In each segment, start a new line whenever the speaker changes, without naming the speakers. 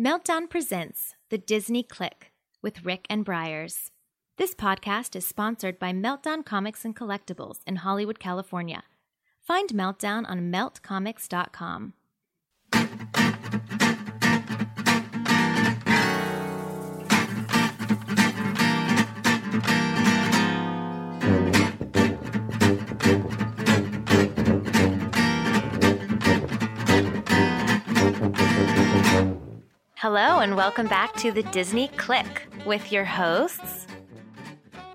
Meltdown presents The Disney Click with Rick and Briars. This podcast is sponsored by Meltdown Comics and Collectibles in Hollywood, California. Find Meltdown on meltcomics.com. Hello, and welcome back to The Disney Click with your hosts.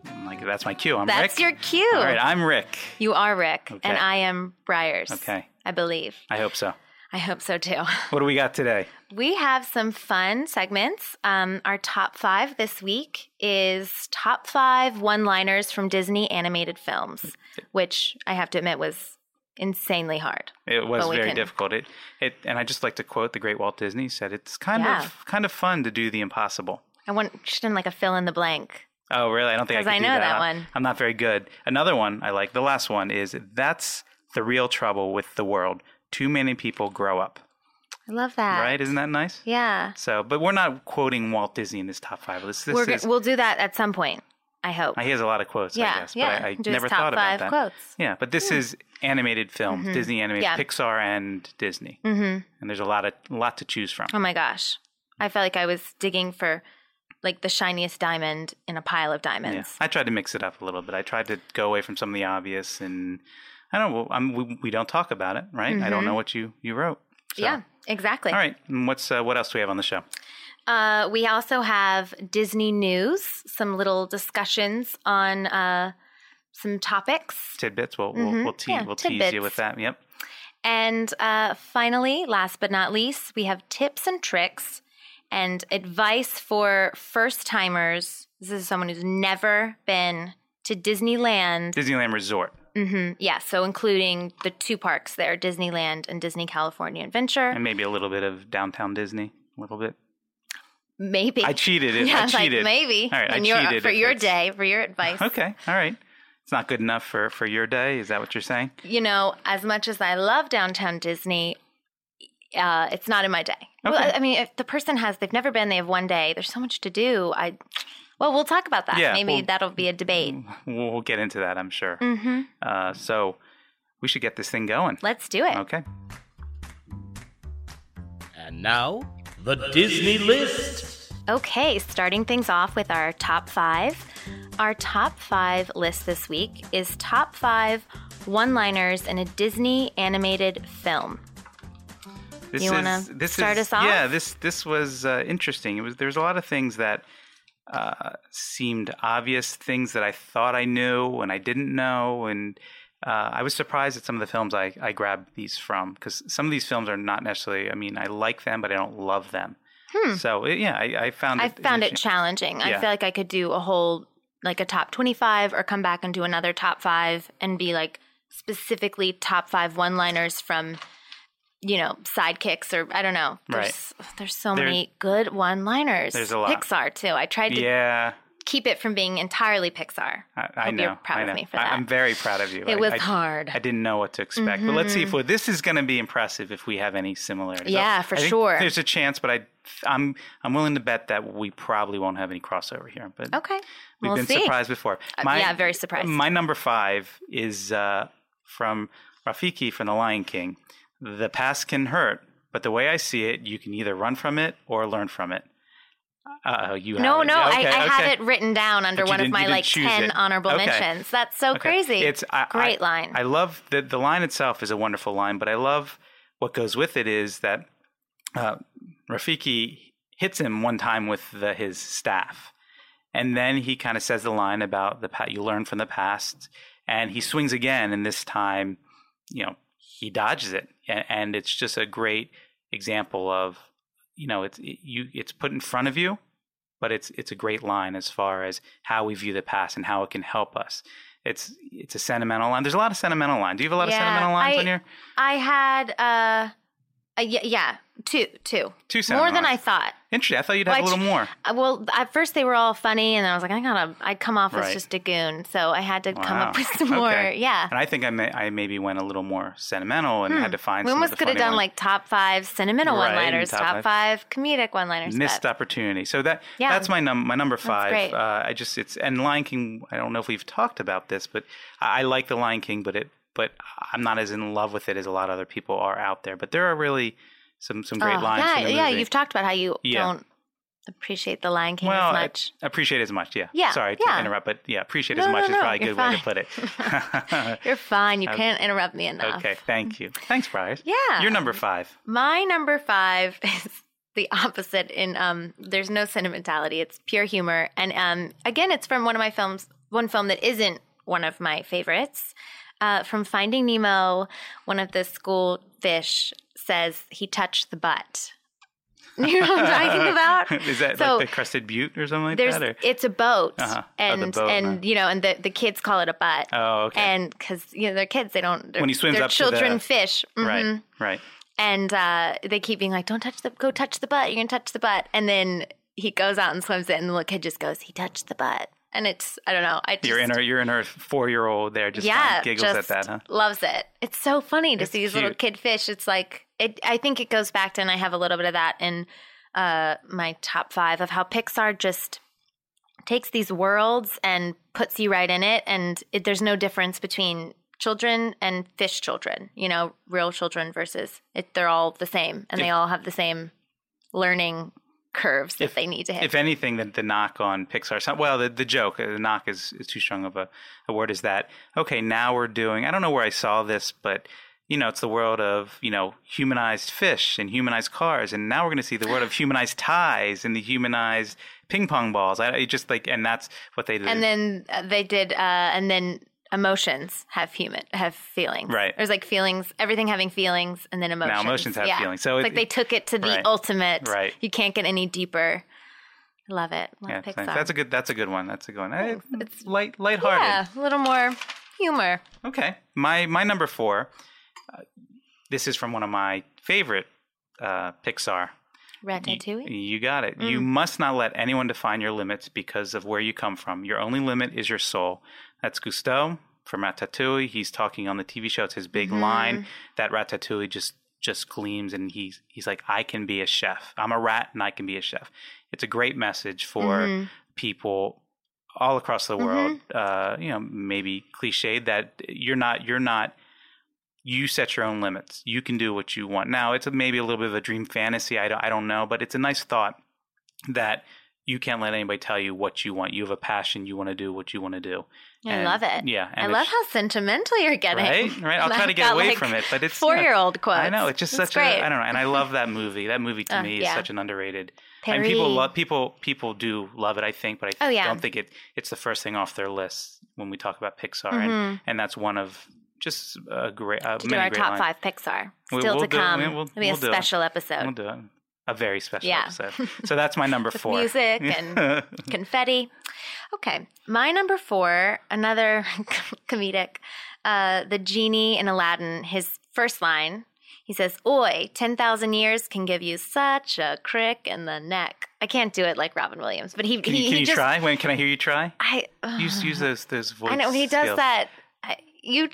I'm like that's my cue. I'm
That's
Rick.
your cue.
All right, I'm Rick.
you are Rick,
Okay.
and I am Briars.
Okay.
I believe.
I hope so.
I hope so too.
What do we got today?
We have some fun segments. Um, our top five this week is top five one liners from Disney animated films, which I have to admit was insanely hard.
It was
Well, we
very
can-
difficult. It it and I just like to quote the great Walt Disney said it's kind
Yeah.
of kind of fun to do the impossible.
I want just in like a fill in the blank.
Oh, really? I don't think I
'Cause
can
I
do
know
that.
that
I'm-
one.
I'm not very good. Another one I like. The last one is that's the real trouble with the world. Too many people grow up.
I love that.
Right? Isn't that nice?
Yeah.
So, but we're not quoting Walt Disney in this top five list. This
We're
is,
go- we'll do that at some point. I hope.
he has a lot of quotes,
yeah.
I guess,
yeah.
but I, I
do his
never
top
thought
five
about that.
quotes. Hmm. Mm-hmm.
Yeah, but this is animated films, Disney animated,
Yeah.
Pixar and Disney,
Mm-hmm.
and there's a lot of lot to choose from.
Oh my gosh, I felt like I was digging for like the shiniest diamond in a pile of
Yeah.
diamonds.
I tried to mix it up a little bit. I tried to go away from some of the obvious, and I don't. Well, I'm, we, we don't talk about it, right? I don't know what you you wrote. So-
Mm-hmm. Yeah, exactly.
All right. and What's uh, what else do we have on the show?
Uh, we also have Disney news, some little discussions on uh, some topics.
Tidbits. We'll we'll,
Mhm.
we'll, te-
Yeah,
we'll tease you
tidbits.
with that. Yep.
And uh, finally, last but not least, we have tips and tricks and advice for first timers. This is someone who's never been to Disneyland.
Disneyland Resort.
hmm Yeah, so including the two parks there Disneyland and Disney California Adventure.
And maybe a little bit of downtown Disney, a little bit.
maybe.
I cheated. It.
yeah,
I cheated.
like maybe.
All right, I
And your-
cheated
for
if
your
it's-
day, for your advice.
Okay. All right. It's not good enough for for your day. Is that what you're saying?
you know, as much as I love downtown Disney, uh, it's not in my day. Well,
Okay.
I- I mean, if the person has, they've never been, they have one day. There's so much to do. I, well, we'll talk about that.
Yeah,
Maybe
well- mm.
that'll be a debate.
We'll we'll get into that. I'm sure.
hmm
Uh, so we should get this thing going.
Let's do it.
Okay.
And now, the Disney List.
Okay, starting things off with our top five. Our top five list this week is top five one liners in a Disney animated film.
This
You wanna
is- this
start
is-
us off?
Yeah, this this was uh, interesting. It was there's a lot of things that uh, seemed obvious, things that I thought I knew and I didn't know, and uh, I was surprised at some of the films I I grabbed these from because some of these films are not necessarily. I mean, I like them, but I don't love them. So it- yeah, I, I found
Hmm. I
it
found it
interesting.
challenging. I
Yeah.
feel like I could do a whole like a top 25 or come back and do another top 5 and be like specifically top 5 one-liners from you know, sidekicks or I don't know. There's there's so
There-
many good one-liners.
There's a lot.
Pixar too. I tried to
yeah.
keep it from being entirely Pixar.
I, I
Hope
know.
you're proud
I
of
know.
me for
I-
that.
I'm very proud of you. I-
it was
I-
hard. Mm-hmm.
I didn't know what to expect. But let's see if we this is going to be impressive if we have any similarities.
Yeah,
I-
for
I think
sure.
There's a chance, but I, I'm I'm willing to bet that we probably won't have any crossover here. But
okay.
we've
we'll
been
see.
surprised before.
Uh, yeah, very surprised.
My number five is uh, from Rafiki from The Lion King. The past can hurt, but the way I see it, you can either run from it or learn from it. Uh, you have
No,
it.
no,
Okay,
I, I
okay.
had it written down under
But you
one of
didn't-
my
you didn't
like
choose
10
it.
honorable
Okay.
mentions. That's so
Okay.
crazy.
It's I,
Great
I-
line.
I love the the line itself is a wonderful line, but I love what goes with it is that uh, Rafiki hits him one time with the, his staff, and then he kind of says the line about the pat you learn from the past, and he swings again, and this time, you know, he dodges it, and, and it's just a great example of you know it's it, you it's put in front of you. But it's it's a great line as far as how we view the past and how it can help us it's it's a sentimental line. There's a lot of sentimental lines. Do you have a lot
Yeah,
of sentimental lines
I-
on here?
I had uh, a, y- yeah, Two, two.
Two sound
More than
off.
I thought.
Interesting. I thought you'd have
Well, I
a little
ch-
more.
I- Well, at first they were all funny, and then I was like, I gotta, I come off as
Right.
just a goon, so I had to come up
Wow.
with some more.
Okay.
Yeah,
And I think I may, I maybe went a little more sentimental and had to find.
Hmm. we
some
almost
of the
could have
funny
done
ones.
like top five sentimental
Right,
one-liners,
top
top, five. comedic one-liners.
missed
but
opportunity. So that
Yeah.
that's my num my number five.
great.
Uh, I just it's and Lion King. I don't know if we've talked about this, but I, I like the Lion King, but it but I'm not as in love with it as a lot of other people are out there. But there are really some some great
Oh,
lines.
Yeah,
in the
yeah.
movie.
You've talked about how you
Yeah.
don't appreciate the Lion King
well,
as
I-
much.
appreciate it as much. Yeah.
Yeah,
Sorry
yeah.
to interrupt, but yeah, appreciate it
No,
as
no,
much is
no,
probably a
you're
good way to put it.
You're fine. You
I-
can't interrupt me enough.
okay. Thank you. Thanks, Briars.
Yeah.
You're number five.
My number five is the opposite in um there's no sentimentality, it's pure humor. And um again it's from one of my films one film that isn't one of my favorites. Uh, from Finding Nemo, one of the school fish says he touched the butt. You know what I'm talking about?
is that
So-
like the Crested Butte or something like
There's
that? Or?
it's a boat,
Uh-huh. Oh,
and
the boat,
and
huh.
you know, and the, the kids call it a butt,
Oh, okay.
and because you know they're kids, they don't. they're-
When he swims
they're
up to the-
children fish,
right.
Mhm
Right.
and uh, they keep being like, "Don't touch the, go touch the butt. You're gonna touch the butt." And then he goes out and swims it, and the little kid just goes, "He touched the butt," and it's I don't know. I just,
Your inner your inner four year old there just kind of
yeah,
giggles
just
at that, huh?
loves it. It's so funny to
It's
see these little
cute.
kid fish. It's like it. I think it goes back to, and I have a little bit of that in uh, my top five of how Pixar just takes these worlds and puts you right in it, and it, there's no difference between children and fish children. You know, real children versus it. They're all the same, and they
If-
all have the same learning curves that
If-
they need to hit.
If anything, the, the knock on Pixar, so- well, the, the joke, uh, the knock is, is too strong of a, a word, is that, okay, now we're doing, I don't know where I saw this, but, you know, it's the world of, you know, humanized fish and humanized cars. And now we're going to see the world of humanized ties and the humanized ping pong balls. I it just like, and that's what they did.
and then uh, they did uh and then emotions have human have feelings
Right.
there's like feelings everything having feelings and then emotions
emotions have
yeah.
feelings. So
it's
it-
like they took it to the
Right.
ultimate
Right.
you can't get any deeper love it love
yeah,
Pixar.
thanks. that's a good, that's a good one. That's a good one. Eh,
It's-
light, lighthearted.
yeah a little more humor
Okay. My my number four. uh, this is from one of my favorite uh, Pixar. You,
ratatouille
you got it. You must not let anyone define your limits because of where you come from. Your only limit is your soul. That's Gusteau from Ratatouille. He's talking on the TV show. It's his big line that Ratatouille just just gleams, and he's he's like, I can be a chef. I'm a rat, and I can be a chef. It's a great message for
Mhm.
people all across the world.
Mm-hmm.
Uh, you know, maybe cliched that you're not you're not you set your own limits. You can do what you want. Now it's a, maybe a little bit of a dream fantasy. I don't, I don't know, but it's a nice thought that you can't let anybody tell you what you want. You have a passion. You want to do what you want to do.
i
And-
love it
Yeah,
i
and
love
it's-
how sentimental you're getting
Right, right. I'll try to
I've
get
got,
away
like,
from it, but it's yeah.
four-year-old quotes
I know it's just
That's
such
great.
a I don't know, and I love that movie. That movie to
Uh,
me
yeah.
is such an underrated.
Perry.
And people love people people do love it, I think, but I
Oh, yeah.
don't think it it's the first thing off their list when we talk about Pixar,
Mhm.
and and that's one of just a great uh,
to do
many
our
great
top
lines.
five pixar
We-
still to
we'll do it.
come
We- we'll-
it'll be a
we'll do it.
special episode
We'll do it. A very special
Yeah.
episode. So that's my number four.
music and- confetti. Okay, my number four, another comedic, uh, the genie in Aladdin. His first line, he says, "Oi, ten thousand years can give you such a crick in the neck." I can't do it like Robin Williams, but he
can
he,
you, can
he
you
just
try? When can I hear you try?
I
Use use those those voice.
I know he does
skills.
that. I, you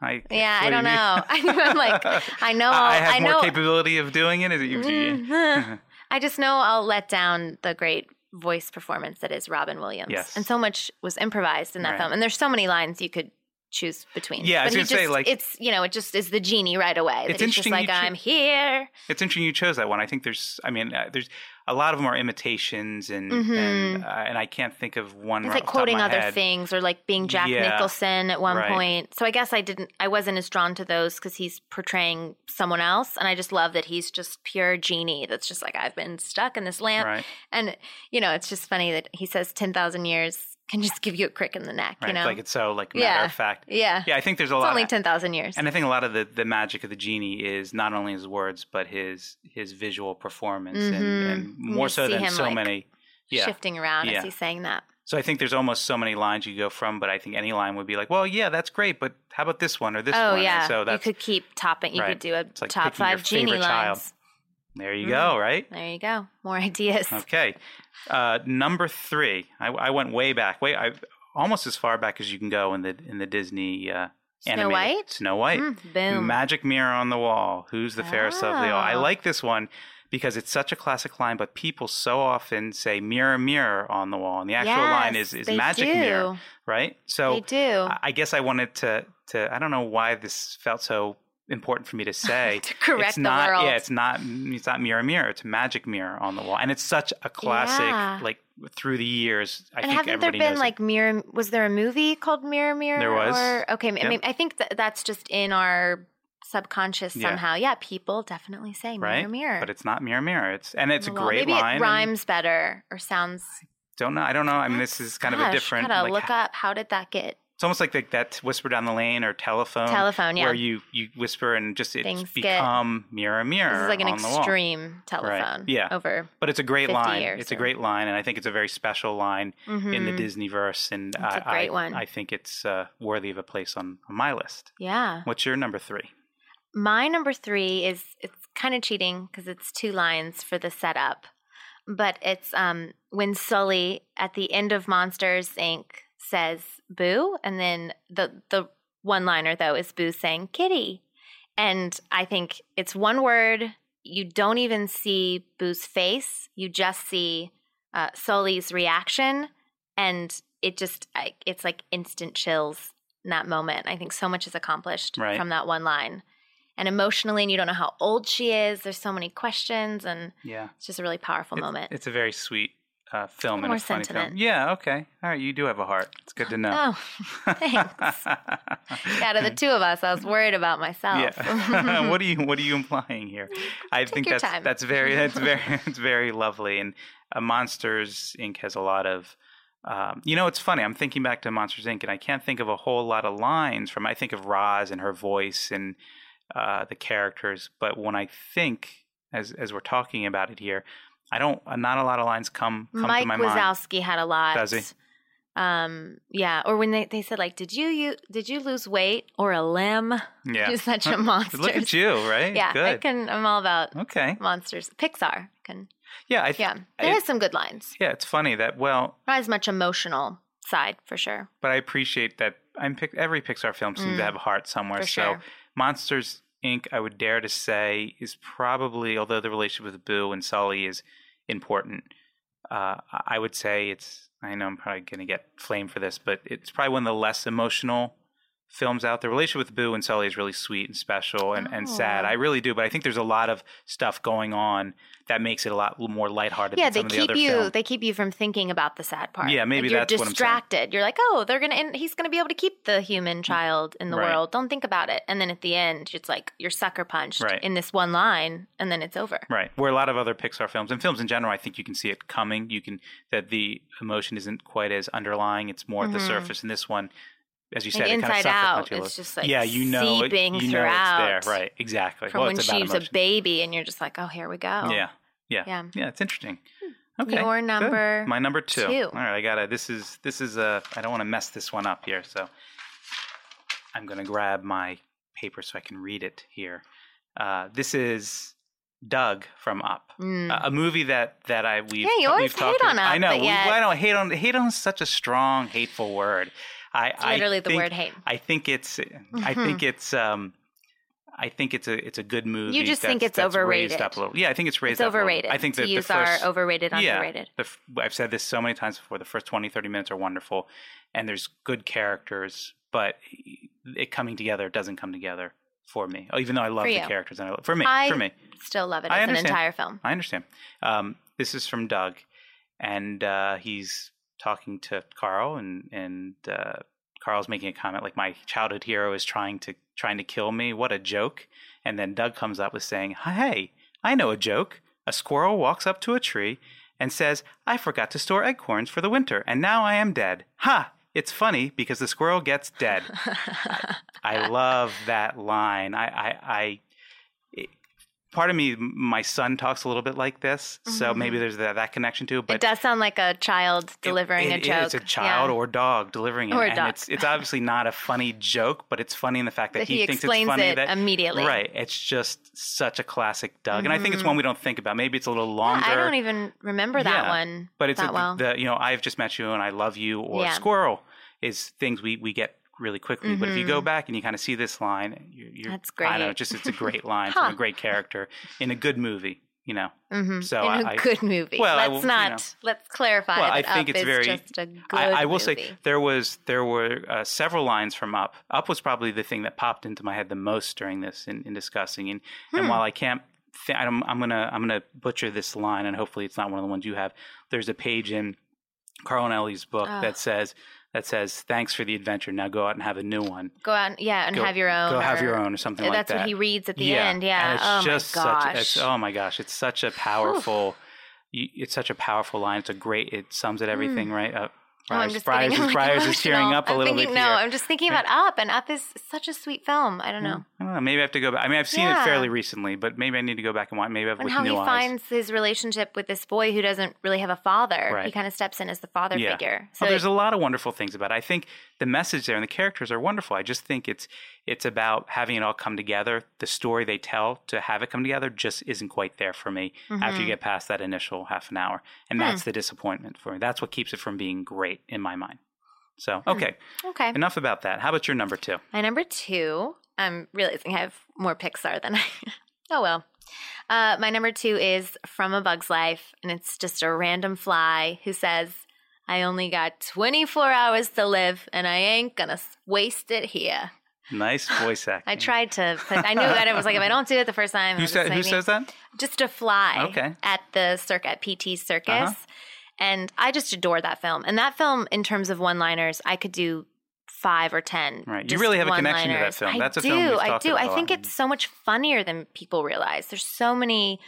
I,
yeah, I
what
don't
do you mean?
know. I'm like I know
I, I
I'll-
have
I
more
know
capability of doing it. Is it you?
Mhm. I just know I'll let down the great voice performance that is Robin Williams.
Yes.
And so much was improvised in that
Right.
film. And there's so many lines you could choose between.
Yeah, I was
he
gonna say,
just-
like-
it's you know, it just is the genie right away.
It's
that he's just
interesting
like
you choo-
I'm here.
It's interesting you chose that one. I think there's, I mean, uh, there's a lot of them are imitations, and and, uh, and I can't think of one.
Mm-hmm. It's like
right off the top of
quoting
my
other
head.
things or like being Jack
Yeah.
Nicholson at one
Right.
point. So I guess I didn't I wasn't as drawn to those because he's portraying someone else. And I just love that he's just pure genie that's just like I've been stuck in this lamp.
Right,
And you know, it's just funny that he says ten thousand years can just give you a crick in the neck.
right.
You know,
Like it's so like matter
Yeah.
of fact.
yeah.
Yeah, I think there's a
it's
lot.
only ten thousand years.
and I think a lot of the, the magic of the genie is not only his words, but his his visual performance, and,
Mhm.
and
And
more
you
so
see
than
him,
so
like,
many. Yeah.
Shifting around
Yeah.
as he's saying that.
So I think there's almost so many lines you go from, but I think any line would be like, well, yeah, that's great, but how about this one or this one?
oh
And
yeah.
so that's
you could keep topping. You
Right.
could do a top
like picking your
five genie
favorite
lines.
child. There
Mm-hmm.
you go, right?
There you go. More ideas.
Okay. Uh, number three. I, I went way back. Way I almost as far back as you can go in the in the Disney uh,
Snow
animated-
White?
Snow White.
Mm, boom.
Magic mirror on the wall. Who's the fairest of the all? I
Oh.
like this one because it's such a classic line, but people so often say mirror, mirror on the wall, and the actual line
Yes,
is is
they
magic
do.
mirror, right? So
They do.
I I guess I wanted to to I don't know why this felt so important for me to say.
To correct
it's
the
not,
world.
Yeah, it's not it's not mirror mirror, it's magic mirror on the wall. And it's such a classic
Yeah.
like through the years. I
and
think
haven't there
everybody
been
knows it.
like mirror? Was there a movie called Mirror Mirror?
There was.
Or, okay, I
Yep.
mean, I think that that's just in our subconscious
Yeah.
somehow. Yeah, people definitely say mirror,
right?
mirror. Oh,
But it's not mirror mirror. It's and it's a
Well,
great
Maybe
line.
it
and
rhymes better or sounds.
Don't know. I don't know. I mean, this is kind of
Gosh,
a different.
Gotta
like,
look up. How did that get
It's almost like like that whisper down the lane or telephone.
telephone? Yeah,
Oh, Where you you whisper and just it's
Things get-
become mirror mirror.
this is like an
on the wall.
extreme telephone.
Yeah.
over.
But it's a great
50
line.
years
It's a
or-
great line, and I think it's a very special line in the
Mhm.
Disney verse. And
It's
I,
a great
I-
one.
I think it's uh, worthy of a place on, on my list.
Yeah.
What's your number three?
My number three is it's kind of cheating because it's two lines for the setup, but it's um, when Sully at the end of Monsters Inc. says "boo," and then the the one liner though is "boo" saying "kitty," and I think it's one word. You don't even see Boo's face; you just see uh, Sully's reaction, and it just I- it's like instant chills in that moment. I think so much is accomplished
Right.
from that one line and emotionally and you don't know how old she is there's so many questions and
Yeah,
it's just a really powerful
It's-
moment
It's a very sweet uh, film and
More
a funny film.
sentiment.
Yeah. Okay. All right. You do have a heart. It's good to know.
oh thanks out of the two of us i was worried about myself
Yeah. what are you What are you implying here? I
Oh. Take
think
your
that's
time.
that's very that's very it's very lovely. And uh, Monsters Inc. has a lot of. Um, you know, it's funny. I'm thinking back to Monsters Inc. and I can't think of a whole lot of lines from. I think of Roz and her voice and uh, the characters, but when I think as as we're talking about it here, I don't. uh, Not a lot of lines come come
mike
to my mind.
wazowski had a lot
Does he?
um yeah or when they, they said like did you, you did you lose weight or a limb
Yeah.
you're such a
Look
monster
Look at you, right?
yeah
Good.
i can i'm all about
okay.
monsters pixar can
Yeah. I th-
yeah
I-
there is some good lines
Yeah. It's funny that. Well,
not as much emotional side for sure
but I appreciate that. I'm pic- every Pixar film seems
Mm.
to have a heart somewhere.
For
so
sure.
Monsters Inc. I would dare to say is probably, although the relationship with Boo and Sully is important, uh, I I would say it's. I know I'm probably going to get flame for this, but it's probably one of the less emotional films out. The relationship with Boo and Sully is really sweet and special and, and sad.
Oh.
I really do, but I think there's a lot of stuff going on that makes it a lot more lighthearted.
yeah
than
they
some of the
keep
other
you
films.
they keep you from thinking about the sad part
Yeah,
Like,
maybe
you're
that's what I'm saying.
distracted you're like oh they're gonna and he's gonna be able to keep the human child in the
Mm, Right.
world don't think about it and then at the end it's like you're sucker punched
Right.
in this one line and then it's over
Right. Where a lot of other Pixar films and films in general, I think you can see it coming. You can that the emotion isn't quite as underlying; it's more at
Mhm.
the surface. And this one, as you said,
like
it kind of
inside
sucks
out it's just like
yeah, you know, it,
seeping
you know
throughout
it's there. Right. Exactly.
from
well,
when
it's about
she's a
emotion.
baby and you're just like oh here we go
Yeah. Yeah.
Yeah.
Yeah. It's interesting. Okay.
Your
good.
number
My number two.
two.
All right. I gotta. This is this is a. I don't want to mess this one up here, so I'm gonna grab my paper so I can read it here. Uh, this is Doug from Up.
Mm.
A- a movie that that I we
Yeah, you always hate on us,
I know.
but
we-
yet-
I know hate on hate on is such a strong hateful word. I
It's literally
I
the
think,
word hate Mm-hmm.
I think it's I think it's um I think it's a it's a good movie.
just
that's-
think it's
that's
overrated.
Raised up a little. Yeah, I think it's
it's
raised up. a little.
overrated
I think
to
that the
use
first
our overrated
yeah.
underrated
the, f- I've said this so many times before. The first 20, 30 minutes are wonderful, and there's good characters, but it coming together doesn't come together for me. Even though I love
For
the
you.
characters, and I love, for me,
I-
for me,
still love it
I
as an
understand.
entire film
I understand. Um, this is from Doug, and uh, he's talking to Carl, and and uh, Carl's making a comment like, "My childhood hero is trying to trying to kill me. What a joke!" And then Doug comes up with saying, "Hey, I know a joke. A squirrel walks up to a tree and says, "I forgot to store acorns for the winter, and now I am dead." Ha! It's funny because the squirrel gets dead.
Uh,
I love that line. I, I, I part of me, m- my son talks a little bit like this, so maybe there's that, that connection too. But
Mm-hmm. it does sound like a child
it-
delivering
it
a joke.
is. It's a child
Yeah.
or dog delivering it,
Or a
and
dog.
it's it's obviously not a funny joke, but it's funny in the fact that,
That he
thinks
explains
it's funny
it
that
immediately. Mm-hmm.
Right. It's just such a classic Doug, and I think it's one we don't think about. Maybe it's a little
Yeah,
longer.
I don't even remember that
Yeah,
one.
but it's
that
a,
well.
the you know I've just met you and I love you or
Yeah.
squirrel is things we we get really quickly. But if you
Mhm.
go back and you kind of see this line, you, you're
That's
I don't know,
great.
just it's a great line from
Huh.
a great character in a good movie. You know,
Mhm.
so
in a
I- I-
good movie.
well, I
let's
will- you
not
know.
let's clarify
Well,
that
I
Up
think it's
is
very-
just a good
I, I will say
movie.
there was there were uh, several lines from Up. Up was probably the thing that popped into my head the most during this in, in discussing. And,
Hmm.
and while I can't, th- I'm, I'm gonna I'm gonna butcher this line, and hopefully it's not one of the ones you have. There's a page in Carlinelli's book
Ugh.
that says that says thanks for the adventure. Now go out and have a new one.
go out and, yeah and
Go-
have your own
Go have
or-
your own or something like
that's
that.
what he reads at the
yeah.
end
and
yeah
it's
oh
just
my gosh
such. It's, oh my gosh! It's such a powerful. y- It's such a powerful line. It's a great. It sums it everything right Uh, up.
Mm. Oh, I'm just
Briars
getting, like,
is, Briars is tearing
emotional.
up a
I'm
little
thinking,
bit
No,
here. Mm.
I'm just thinking about Up, and Up is such a sweet film. I don't know.
I don't know. Maybe I have to go back. I mean, I've seen
Yeah.
it fairly recently, but maybe I need to go back and watch. Maybe I've
and
with
how
new
he
eyes.
finds his relationship with this boy who doesn't really have a father. He
Right.
kind of steps in as the father
Yeah.
figure.
Oh,
So
there's
it-
a lot of wonderful things about it. I think the message there and the characters are wonderful. I just think it's it's about having it all come together. The story they tell to have it come together just isn't quite there for me after
Mm-hmm.
you get past that initial half an hour.
Hmm.
And that's the disappointment for me. That's what keeps it from being great in my mind. So,
Hmm.
okay.
okay.
Enough about that. How about your number 2?
My number two, I'm realizing I have more Pixar than I. oh well. Uh, my number two is From a Bug's Life, and it's just a random fly who says, "I only got 24 hours to live, and I ain't gonna s- waste it here."
Nice voice acting.
I tried to. Put, I knew that it was like if I don't do it the first time.
Mm. Who,
it'll
said,
just
who
make me-
says that?
just a fly
Okay.
at the circuit PT circus.
Uh-huh.
And I just adore that film. And that film in terms of one-liners, I could do 5 or 10.
Right. You
just
really have a connection to that
one-liners.
film.
I
That's a
do,
film we've
I
talked
do.
about a
I think
lot.
it's so much funnier than people realize. There's so many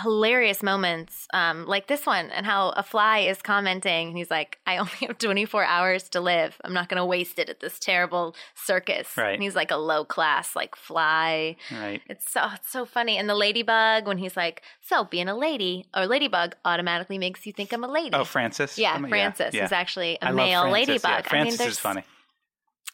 hilarious moments um, like this one and how a fly is commenting and he's like i only have 24 hours to live i'm not going to waste it at this terrible circus
Right.
and he's like a low class like fly
Right.
it's so it's so funny. And the ladybug when he's like, "So being a lady or ladybug automatically makes you think I'm a lady."
Oh, Francis.
yeah,
Something-
Francis
yeah.
is actually a
I love
male
Francis,
ladybug.
yeah.
I mean,
Francis
there's
is funny.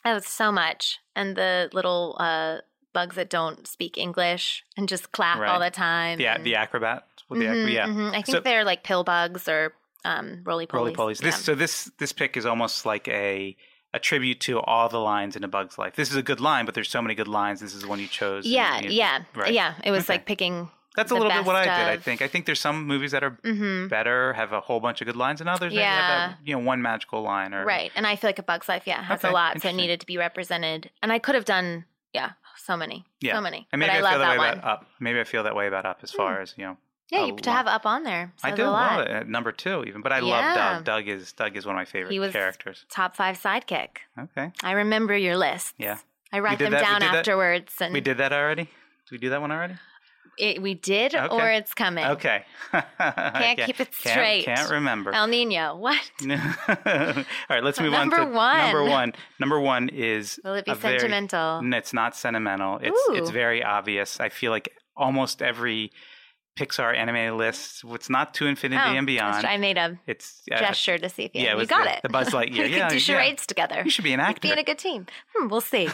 Oh, so much. And the little uh, bugs that don't speak English and just clap all
Right.
the time.
Yeah,
and-
the acrobat. With the,
Mhm,
ac- yeah.
mhm. I think
So-
they're like pill bugs or um, roly
Roly
polies.
polies. This so this this pick is almost like a a tribute to all the lines in A Bug's Life. This is a good line, but there's so many good lines. This is the one you chose. and
yeah,
you-
yeah,
right.
yeah. It was
Okay.
like picking.
That's a
the
little bit what I
best
did. I
of-
think. I think there's some movies that are
hmm
better, have a whole bunch of good lines, and others that have that, you know one magical line or
Right. And I feel like a Bug's Life, yeah, has a
Okay,
lot. So it
interesting.
needed to be represented. And I could have done, yeah, so many.
Yeah.
So many.
And maybe
but I,
I,
love
feel that
that
way
one. Hmm.
about up. Maybe I feel that way about up as far as you know.
yeah,
a
you, to
lot.
have up on there.
I
says
do
a lot.
love it. At number two, even. But I
Yeah.
love Doug. Doug is Doug is one of my favorite
He was-
characters.
Top five sidekick.
Okay.
I remember your list.
Yeah.
I write
did
them
that- we
down
did that-
afterwards. And
We did that already. Did we do that one already?
It, we did,
Okay.
or it's coming.
Okay. can't
keep it
can't-
straight.
Can't remember.
El Nino. What?
All right, let's move on
Number
to
one.
number one. Number one is
Will it be
a very-
sentimental?
No, it's not sentimental. It's it's
Ooh.
very obvious. I feel like almost every Pixar anime list. It's not to infinity
Oh,
and beyond.
I made a
It's uh,
gesture to see if you,
yeah, it
you
was
got
the-
it.
the Buzz Lightyear.
we
Yeah,
could do
yeah.
charades together.
You should be an
We'd Be
actor.
in a good team. Hmm, we'll see.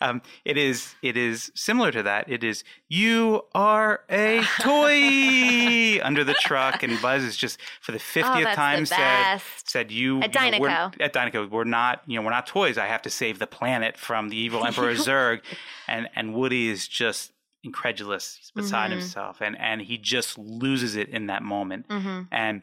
um, it is it is similar to that. It is you are a toy under the truck, and Buzz is just for the
Oh,
fiftieth
that's
time
the
said
best.
said you
At
you know, we're-
Dynaco.
at Dynaco we're not you know we're not toys. I have to save the planet from the evil Emperor Zurg, and and Woody is just incredulous. He's beside
Mm-hmm.
himself, and and he just loses it in that moment,
Mm-hmm.
and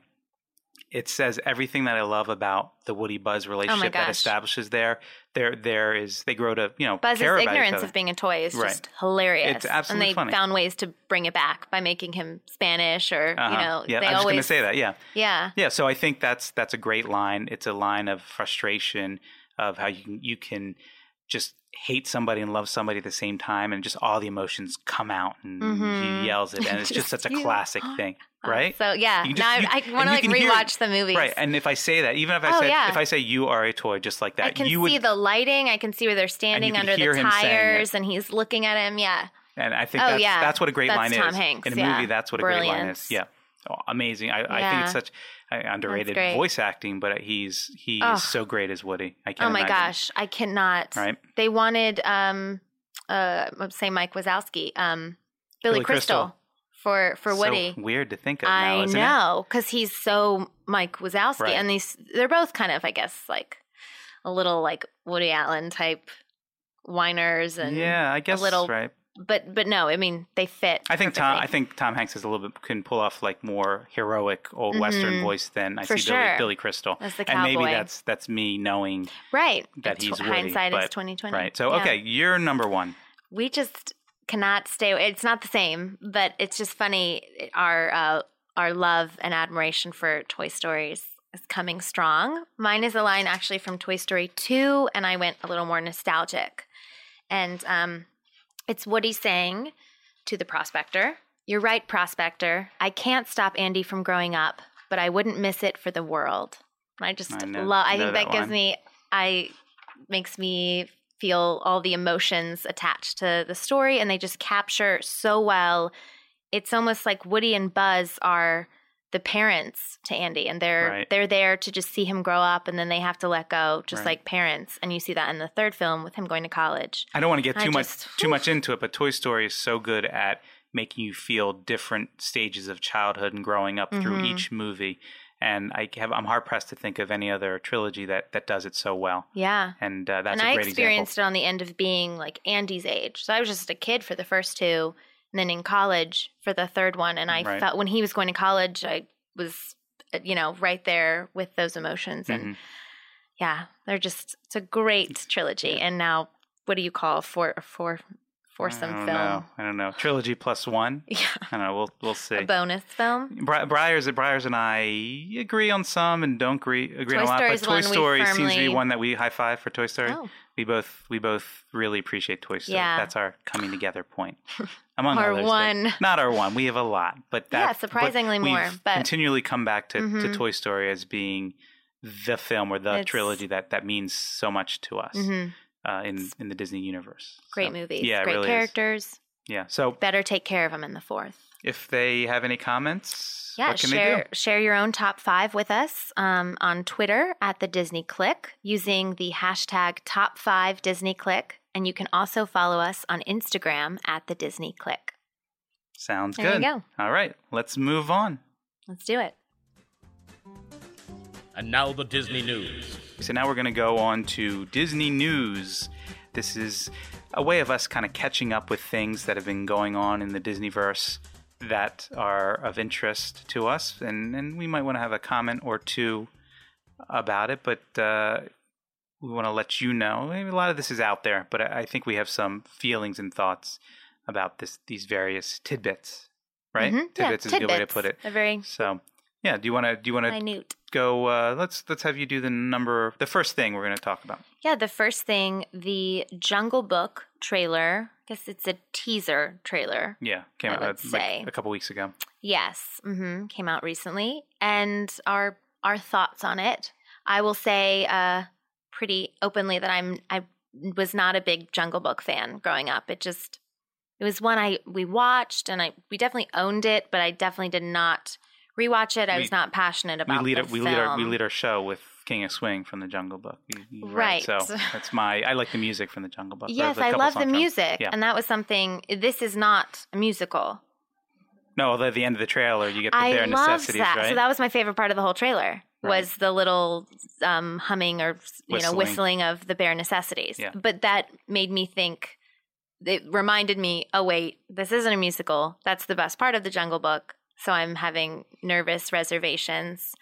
it says everything that I love about the Woody Buzz relationship that
Oh gosh.
establishes there. There, there is they grow to you know
Buzz's
care about each
ignorance
other.
of being a toy is
Right.
just hilarious.
It's absolutely
And they
funny.
found ways to bring it back by making him Spanish or,
Uh-huh.
you know,
yeah,
they
I was
always.
going to say that. Yeah,
Yeah.
yeah. So I think that's that's a great line. It's a line of frustration of how you can, you can just hate somebody and love somebody at the same time, and just all the emotions come out, and
Mhm.
he yells it, and it's
Just
just such a
you
classic thing, right?
Uh, So, yeah.
You can
now
just-
I,
you-
I
and
want to
you
like
can hear-
rewatch the movies.
Right, and if I say that, even if I
Oh,
said
yeah.
if I say you are a toy, just like that,
I can
you would
see the lighting. I can see where they're standing
can
under
hear
the
him saying it.
tires and he's looking at him. Yeah.
And I think
Oh,
that's,
yeah.
that's what a great
That's
line
Tom
is.
Hanks,
In a
yeah.
movie, that's what a great line
Brilliant.
is. Yeah. Oh, amazing. I, I
Yeah.
think it's such uh, underrated
great.
voice acting, but he's he's
Ugh.
so great as Woody. I can't
Oh my
imagine.
gosh, I cannot.
Right?
They wanted um uh let's say Mike Wazowski, um Billy,
Billy
Crystal,
Crystal.
for for
So
Woody.
weird to think of now,
I
isn't it?
know cuz he's so Mike Wazowski
Right.
and these they're both kind of I guess like a little like Woody Allen type whiners and
yeah, I guess
little
right.
but but no, I mean they fit.
I think Tom. I
perfectly.
think Tom Hanks is a little bit can pull off like more heroic old
Mhm.
Western voice than I
For
see
sure.
Billy, Billy Crystal.
as the
And
cowboy.
maybe that's that's me knowing
right.
that
It's-
he's Woody,
hindsight is
but-
twenty twenty.
right. So okay, you're number one.
we just cannot stay it's not the same but it's just funny our uh, our love and admiration for toy stories is coming strong mine is a line actually from toy story 2 and i went a little more nostalgic and um, it's woody saying to the prospector you're right prospector i can't stop andy from growing up but i wouldn't miss it for the world i just
I know-
love i
know
think that,
that
gives
line.
me i makes me feel all the emotions attached to the story and they just capture so well it's almost like woody and buzz are the parents to andy and they're
Right.
they're there to just see him grow up and then they have to let go just
Right.
like parents and you see that in the third film with him going to college
I don't want to get
I
too much
just-
too much into it, but Toy Story is so good at making you feel different stages of childhood and growing up through
Mhm.
each movie. And I have I'm hard pressed to think of any other trilogy that that does it so well.
yeah
And uh, that's
and
a
I
great
experienced
example.
it on the end of being like Andy's age. So I was just a kid for the first two, and then in college for the third one. And I
Right.
felt when he was going to college, I was, uh, you know, right there with those emotions. And
Mhm.
yeah, they're just it's a great trilogy. And now, what do you call for for
I
foursome
don't
film?
Know. I don't know. Trilogy plus one.
Yeah,
I don't know. We'll we'll see.
a bonus film.
Bri- Briars, Briars and I agree on some and don't agree, agree
Toy
on a lot.
Story's
But Toy
one we
Story seems to
firmly-
be one that we high five for Toy Story.
Oh,
We both we both really appreciate Toy Story.
Yeah.
That's our coming together point. Among
Our
others, but-
one.
not our one. We have a lot, but that,
Yeah,
but
surprisingly more,
We've
but-
continually come back to,
Mhm.
to Toy Story as being the film or the
It's-
trilogy that that means so much to us
hmm
uh, in in the Disney universe.
Great
So,
movies.
Yeah, it
great
really is.
characters.
Yeah. So
Better take care of them in the fourth.
if they have any comments,
Yeah,
what can
share
they do?
share your own top five with us um, on Twitter at the Disney Click using the hashtag Top Five Disney Click, and you can also follow us on Instagram at the Disney Click.
Sounds
There you
good.
go.
All right, let's move on.
Let's do it.
And now the Disney news.
So now we're going to go on to Disney news. This is a way of us kind of catching up with things that have been going on in the Disneyverse that are of interest to us, and, and we might want to have a comment or two about it, but uh, we want to let you know. I mean, a lot of this is out there, but I I think we have some feelings and thoughts about this these various tidbits, right?
Mhm. Yeah,
Tidbits is a good way to
tidbits.
put it.
They're very
So, yeah, do you want to do you want to
minute.
go uh, let's let's have you do the number the first thing we're going to talk about
Yeah, the first thing, the Jungle Book trailer. I guess it's a teaser trailer.
yeah came
I
out
would
uh,
say.
like a couple weeks ago
Yes,
Mm-hmm.
hmm came out recently, and our our thoughts on it. I will say uh, pretty openly that I'm I was not a big Jungle Book fan growing up. It just it was one I we watched and I we definitely owned it, but I definitely did not rewatch it. I
We-
was not passionate
we
about.
lead
the
our, we lead our we
film.
lead our show with King of Swing from the Jungle Book You- you're
Right.
so that's my I like the music from the Jungle Book There's
Yes,
uh, a
I
couple
love the
songs from-
music,
Yeah.
and that was something. This is not a musical.
no although at the end of the trailer you get the
I
bare
love
necessities
that.
right
So that was my favorite part of the whole trailer
Right.
was the little um, humming or you know
Whistling.
whistling of the bare necessities.
Yeah.
But that made me think. It reminded me. Oh wait, this isn't a musical. That's the best part of the Jungle Book. So I'm having nervous reservations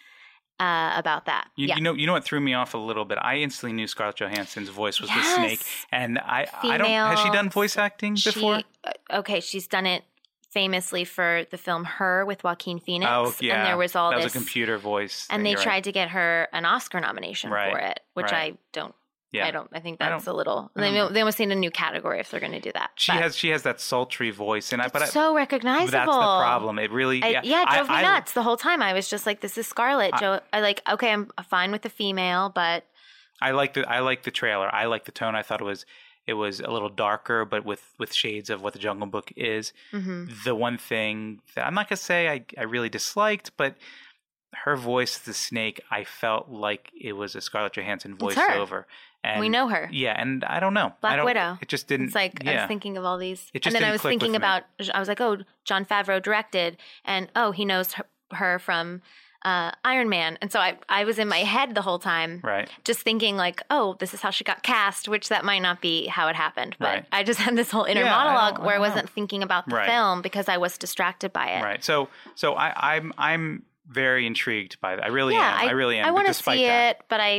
uh, about that.
you,
yeah.
you know you know what threw me off a little bit I instantly knew Scarlett Johansson's voice was the snake
Yes.
and I I don't has she
Female-
done voice acting before
She, uh, okay, she's done it famously for the film Her with Joaquin Phoenix.
oh yeah
And there was all
that
this
was a computer voice
and
thing,
they
you're
tried
right.
to get her an Oscar nomination
Right,
for it, which
right.
I don't.
yeah
I don't. I think
I
that's
don't-
a little.
I
They,
don't know.
they almost need a new category if they're going to do that.
she
but
has she has that sultry voice and I
it's
but I,
so recognizable.
That's the problem. It really,
I,
yeah,
yeah, it
I-
drove me
I-
nuts the whole time. I was just like, "This is Scarlett."
I-
Joe, I like, okay, I'm fine with the female, but
I like the I like the trailer. I like the tone. I thought it was It was a little darker, but with with shades of what the Jungle Book is.
Mm-hmm.
The one thing that I'm not gonna say I, I really disliked, but her voice, the snake, I felt like it was a Scarlett Johansson
It's her.
voiceover. And
We know her.
Yeah, and I don't know.
Black
I don't,
Widow.
It just didn't.
It's like I was
yeah.
thinking of all these,
It
and
just
then I
didn't
was
click with
thinking
me.
about. I was like, oh, John Favreau directed, and oh, he knows her, her from uh, Iron Man, and so I I was in my head the whole time,
Right.
just thinking like, oh, this is how she got cast, which that might not be how it happened, but
Right.
I just had this whole inner
Yeah, I
monologue
don't- I
where I
don't know.
wasn't thinking about the
Right.
film because I was distracted by it.
Right. So so I, I'm I'm very intrigued by that. I really
Yeah,
am. I, really am.
I
But
want to
despite
see
that,
it, but I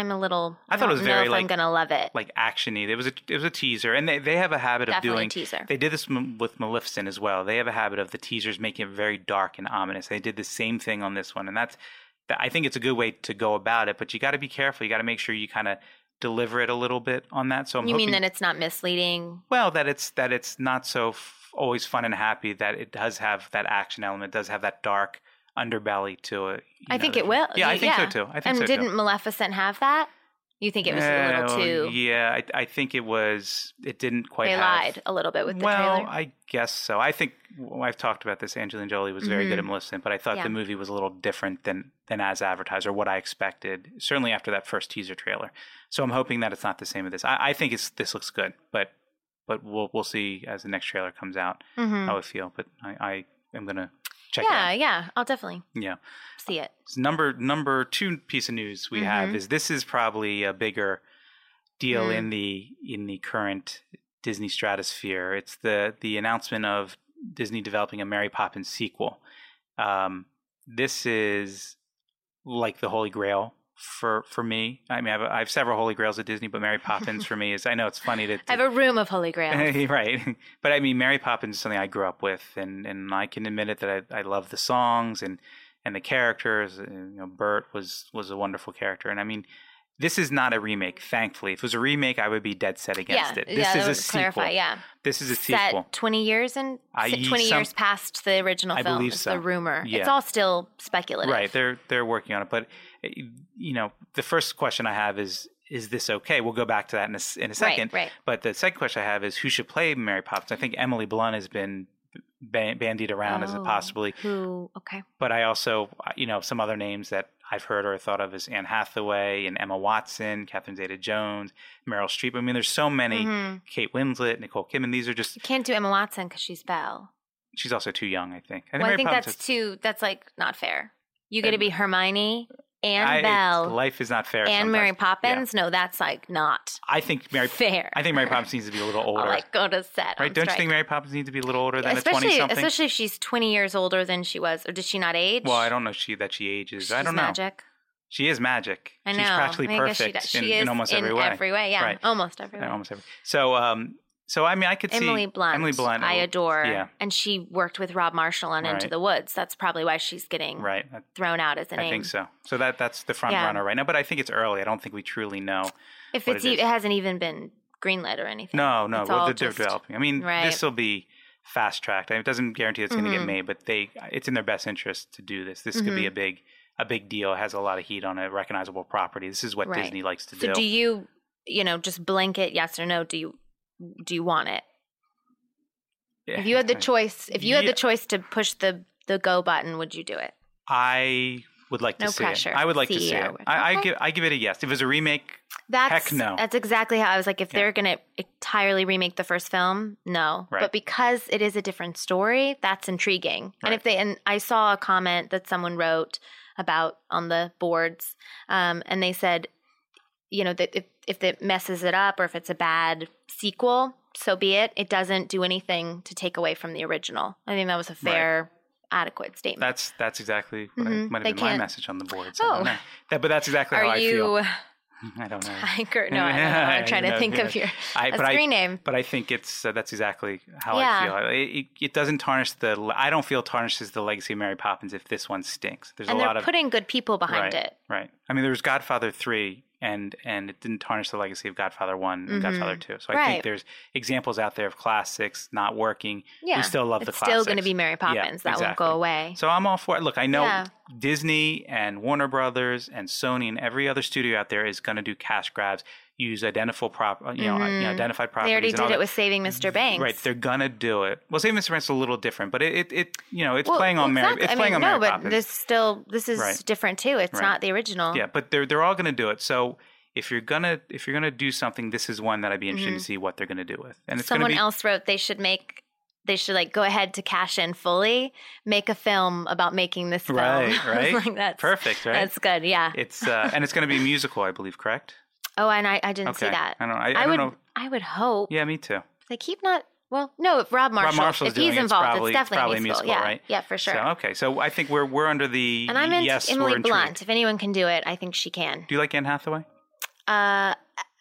I'm a little.
I thought it
don't
was very,
know if I'm
like-
gonna love it.
Like actiony. There was a it was a teaser, and they, they have a habit of
Definitely
doing
teaser.
They did this m- with Maleficent as well. They have a habit of the teasers making it very dark and ominous. They did the same thing on this one, and that's that- I think it's a good way to go about it. But you got to be careful. You got to make sure you kind of deliver it a little bit on that. So I'm
you mean
hoping-
that it's not misleading?
well that it's that it's not so f- always fun and happy. That it does have that action element. Does have that dark underbelly to it. you
I
know,
think
that-
it will.
Yeah, I think so
Yeah.
too. I think
and
so too.
didn't Maleficent have that? You think it was a
Eh,
little
well,
too?
Yeah, I, I think it was. It didn't quite.
they
have-
lied a little bit with the
well,
trailer.
I guess so. I think well, I've talked about this. Angelina Jolie was very good at Maleficent, but I thought
Mm-hmm. Yeah.
the movie was a little different than than as advertised or what I expected. Certainly after that first teaser trailer. So I'm hoping that it's not the same as this. I, I think it's this looks good, but but we'll we'll see as the next trailer comes out
Mhm.
how I feel. But I, I am gonna check
yeah,
it out.
yeah, I'll definitely
Yeah.
see it.
So number number two piece of news we have is this is probably a bigger deal in the in the current Disney stratosphere. It's the the announcement of Disney developing a Mary Poppins sequel. Um, this is like the holy grail for for me. I mean, I have, I have several holy grails at Disney, but Mary Poppins for me is. I know it's funny to,
I have a room of Holy Grail.
right. But I mean, Mary Poppins is something I grew up with, and, and I can admit it that I, I love the songs and, and the characters. And, you know, Bert was was a wonderful character, and I mean, this is not a remake. Thankfully, if it was a remake, I would be dead set against
yeah,
it. This
yeah,
is
that
a
would
sequel.
clarify. Yeah,
This is a
set
sequel.
twenty years and
I-
twenty
some-
years past the original
I
film.
believe
is
so.
The rumor. It's
Yeah.
all still speculative.
Right, they're they're working on it, but eh, you know, the first question I have is is this okay? We'll go back to that in a, s- in a second.
right.
But the second question I have is who should play Mary Poppins? I think Emily Blunt has been ban- bandied around as a
Oh,
possibly
Who? Okay.
but I also, uh, you know, some other names that I've heard or thought of is Anne Hathaway and Emma Watson, Catherine Zeta-Jones, Meryl Streep. I mean, there's so many.
Mhm.
Kate Winslet, Nicole Kidman. These are just.
You can't do Emma Watson because she's Belle.
She's also too young, I think.
well, I
Mary
think
Poppins
that's
is-
too. That's like not fair. You get to
And-
be Hermione and
I-
Belle
Life is not fair.
and
sometimes.
Mary
Yeah.
Poppins. No, that's like not
I think Mary.
fair.
I think Mary Poppins needs to be a little older,
I'll like go to set.
right?
on
Don't you
strike.
think Mary Poppins needs to be a little older than a
especially
twenty-something?
especially if she's twenty years older than she was, or did she not age?
well, I don't know she that she ages. I
She's
don't know.
Magic.
She is magic.
I know.
She's practically
I mean, I guess
perfect
She, does.
in,
she is
in almost every way.
Every way, yeah,
Right.
almost every
In
way.
almost every. So, um, so I mean, I could see
Emily Blunt,
Emily Blunt.
I
oh,
adore.
Yeah.
and she worked with Rob Marshall on Into
Right.
the Woods. That's probably why she's getting
Right. I,
thrown out as a
I
name.
think so. So that that's the front
Yeah.
runner right now, but I think it's early. I don't think we truly know.
If
what
it's
it
it,
is.
it hasn't even been greenlit or anything.
No, no,
It's
well,
all
they're they're
just-
developing. I mean,
Right.
this will be fast tracked. It doesn't guarantee it's going to
Mhm.
get made, but they it's in their best interest to do this. This could be
Mhm.
a big a big deal. It has a lot of heat on a recognizable property. This is what
Right.
Disney likes to
So
do.
do you, you know, just blanket yes or no? Do you do you want it?
Yeah.
If you had the
I-
choice, if you had
Yeah.
the choice to push the the go button, would you do it?
I would like to
No
see
pressure,
it. I would like to see
CEO.
it. I, I
Okay.
give I give it a yes. If it was a remake,
That's
Heck no.
That's exactly how I was like. If
Yeah.
they're gonna entirely remake the first film, no.
Right.
But because it is a different story, that's intriguing. And if
Right.
they and I saw a comment that someone wrote about on the boards, um, and they said, you know, that if if it messes it up or if it's a bad sequel, so be it. It doesn't do anything to take away from the original. I think that was a fair, adequate statement.
that's that's exactly what I,
Mhm.
might have
They
been my
can't-
message on the board. So I don't
Oh.
know. That, but that's exactly how
Are
I
you
feel. I don't know.
Tiger? No, I don't know. I'm trying to
No,
think
yeah.
of your
I,
a
but I
screen name.
But I think it's uh, that's exactly how
Yeah.
I feel. It, it, it doesn't tarnish the. le- I don't feel tarnishes the legacy of Mary Poppins if this one stinks. There's
And
a lot
they're
of
putting good people behind
right,
it.
Right. I mean, there was Godfather three, and and it didn't tarnish the legacy of Godfather one and Godfather two. So I
Mm-hmm. Right.
think there's examples out there of classics not working.
Yeah,
We still love the
it's still going to
classics.
be Mary Poppins. that won't
exactly.
go away.
So I'm all for it. Look, I know
Yeah.
Disney and Warner Brothers and Sony and every other studio out there is going to do cash grabs. use identifiable prop, uh, you know, you know, identified
Mm-hmm. They
properties.
already
and all
did it
that.
with Saving Mr. Banks.
Right, they're gonna do it. Well, Saving Mr. Rent's a little different, but it, it, it you know, it's
Well,
playing on
well,
Mary.
exactly.
It's
I mean,
playing on
no,
Mary
but
Poppins.
this still this is
Right.
different too. It's
Right.
not the original.
yeah, but they're they're all gonna do it. So if you're gonna if you're gonna do something, this is one that I'd be interested to see what they're gonna do with. And it's
Mm-hmm. Someone
gonna be
else wrote they should make they should like go ahead to cash in fully, make a film about making this film.
right,
I was
right,
like that's
perfect, right?
That's good. Yeah.
It's uh, and it's gonna be a musical, I believe, correct?
oh, and I, I didn't see
Okay,
that.
I don't. I, I,
I
don't
would
know.
I would hope
Yeah, me too.
they keep not well, no, if Rob Marshall
Marshall's
if he's
doing it, it's
involved,
probably- it's
definitely
probably musical,
Yeah.
right?
Yeah, for sure.
So, okay, so I think we're we're under the
and I'm into
yes. we're
Emily
intrigued.
Blunt. If anyone can do it, I think she can.
Do you like Anne Hathaway?
Uh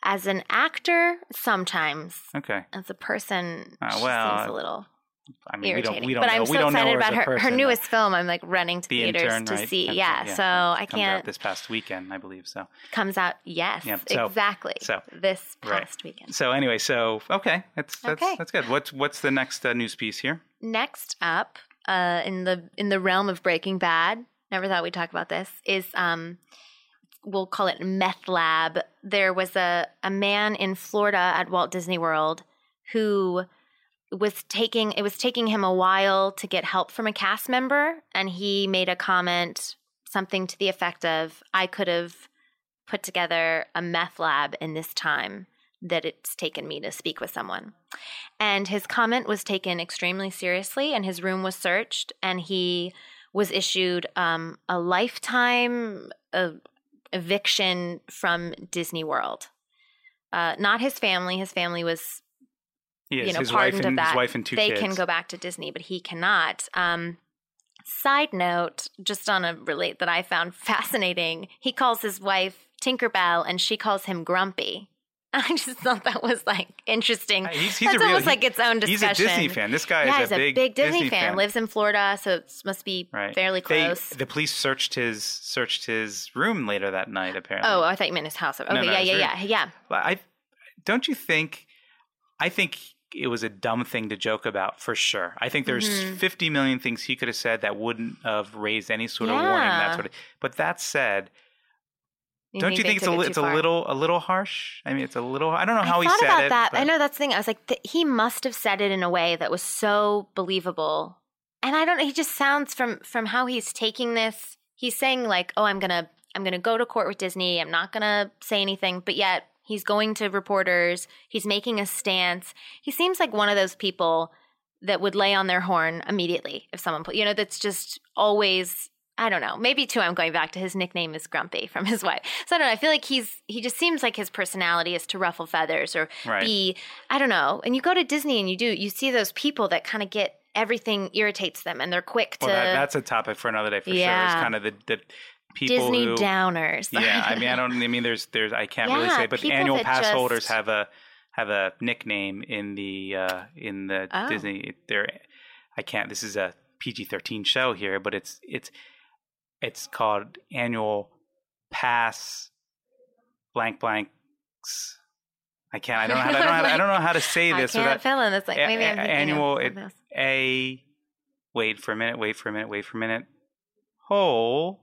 as an actor, sometimes.
Okay,
As a person,
Ah,
she
well,
seems a little
I mean
irritating.
we don't we don't
but
know.
I'm
we
so
don't know
excited
her as
about
a
her her
person, though.
newest film. I'm like running to
the
theaters
intern,
to
right?
see.
That's
Yeah,
right,
so
Comes-
I
comes
can't.
Out this past weekend, I believe so.
comes out yes,
Yeah, so-
exactly.
so,
this past
right.
weekend.
So anyway, so okay, that's that's
Okay.
that's good. What's what's the next uh, news piece here?
Next up, uh, in the in the realm of Breaking Bad, never thought we'd talk about this. Is um, we'll call it meth lab. There was a a man in Florida at Walt Disney World who was taking it was taking him a while to get help from a cast member, and he made a comment something to the effect of, "I could have put together a meth lab in this time that it's taken me to speak with someone." And his comment was taken extremely seriously, and his room was searched, and he was issued um, a lifetime uh, eviction from Disney World. Uh, not his family. His family was,
He is
you know,
his wife
pardoned
and
of that.
his wife and two
they
kids. Uh,
can go back to Disney, but he cannot. Um, side note, just on a relate that I found fascinating, he calls his wife Tinkerbell, and she calls him Grumpy. I just thought that was like interesting.
Uh, He's, he's
That's
a real,
almost
he-
like its own
he's
discussion.
a Disney fan. This guy
yeah,
is
he's
a big,
Disney, fan.
fan.
Lives in Florida, so it must be
right.
fairly
They-
close.
the police searched his searched his room later that night. Apparently.
oh, I thought you meant his house. Okay,
no,
yeah,
his
yeah,
room.
yeah, yeah.
Well, I don't you think I think it was a dumb thing to joke about for sure. I think there's
Mhm.
50 million things he could have said that wouldn't have raised any sort of warning
Yeah.
that sort of. But that said, don't you
they
think it's a
took it
li-
too
it's a
far?
little a little harsh? I mean, it's a little I don't know how
I
he
thought
said
about
it.
that. I
but-
know that's the thing. I was like, th- he must have said it in a way that was so believable, and I don't. know. He just sounds from from how he's taking this. He's saying like, "Oh, I'm gonna I'm gonna go to court with Disney. I'm not gonna say anything," but yet he's going to reporters. He's making a stance. He seems like one of those people that would lay on their horn immediately if someone put. You know, that's just always. I don't know. Maybe too. I'm going back to his nickname is Grumpy from his wife. So I don't know. I feel like he's he just seems like his personality is to ruffle feathers or
Right.
be I don't know. And you go to Disney and you do you see those people that kind of get everything irritates them and they're quick to
Well, that, that's a topic for another day for sure.
Yeah.
It's kind of the, the people
Disney
who
downers.
Yeah, I mean, I don't I mean there's there's I can't really
Yeah,
say, but the
people
annual
that
pass
just-
holders have a have a nickname in the uh in the
Oh.
Disney they're I can't this is a PG-13 show here, but it's it's it's called annual pass blank blanks. I can't I don't know how to, I don't know how to, I don't know how to say
I
this
can't
without
fill in this like
A-
maybe
a-
I'm thinking of
annual-
something
it-
else.
a wait for a minute, wait for a minute, wait for a minute. Whole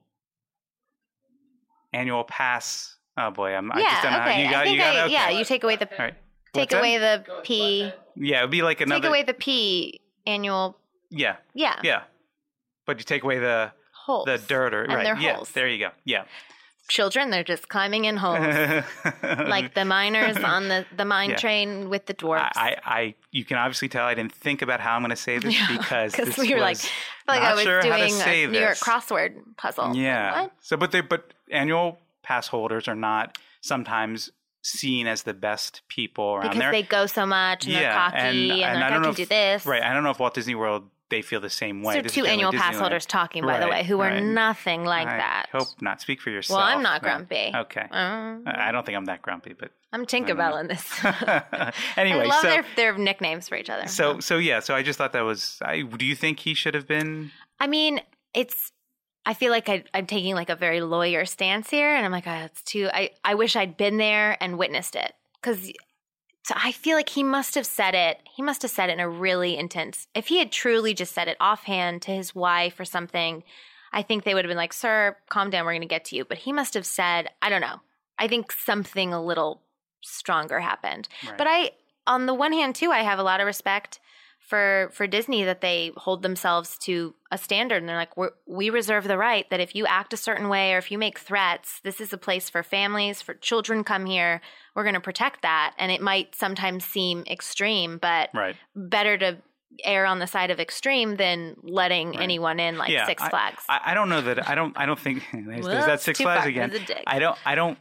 annual pass. Oh boy, I'm I
yeah,
just don't know
okay.
how you got
I
you
think
got
I,
okay.
yeah, you take away the
All right.
take
What's that?
away the P
Yeah, it'd be like another
take away the P annual
Yeah,
yeah,
yeah. But you take away the
holes.
the dirt or
And
right.
they're
yeah,
holes.
there you go. Yeah.
Children, they're just climbing in holes. like
like
the miners on the the mine
Yeah.
train with the dwarfs.
I, I, I, you can obviously tell I didn't think about how I'm going to say this
Yeah,
because
'cause
this
we were like,
was-
I feel like
Not
I was
sure how to
doing
say
a New York
this.
crossword puzzle.
Yeah.
Oh, What?
So, but they but annual pass holders are not sometimes seen as the best people around
Because
there,
they go so much and they're
Yeah,
cocky and,
and- and
they're
I
like, I,
don't know
can
if-
do this.
right? I don't know if Walt Disney World they feel the same way.
So
This is
two
generally
annual pass
Disneyland.
holders talking, by the
Right,
way, who are
right.
nothing like
I
that.
Hope not. Speak for yourself.
well, I'm not
No.
grumpy.
Okay.
Um,
I I don't think I'm that grumpy, but
I'm Tinkerbell in this.
anyway,
I love
so
their, their nicknames for each other.
so so yeah, so I just thought that was. I do you think he should have been?
I mean, it's. I feel like I, I'm taking like a very lawyer stance here, and I'm like, oh, it's too. I I wish I'd been there and witnessed it because. So I feel like he must have said it. He must have said it in a really intense. If he had truly just said it offhand to his wife or something, I think they would have been like, "Sir, calm down. We're going to get to you." But he must have said, I don't know. I think something a little stronger happened.
Right.
But I, on the one hand, too, I have a lot of respect for for Disney that they hold themselves to a standard, and they're like, We're, we reserve the right that if you act a certain way or if you make threats, this is a place for families, for children come here. We're going to protect that, and it might sometimes seem extreme, but
right.
better to err on the side of extreme than letting
Right.
anyone in like
Yeah,
Six Flags.
I, I don't know that I don't I don't think there's, there's that
Whoops,
Six
too
Flags
far.
again.
There's a dig.
I don't I don't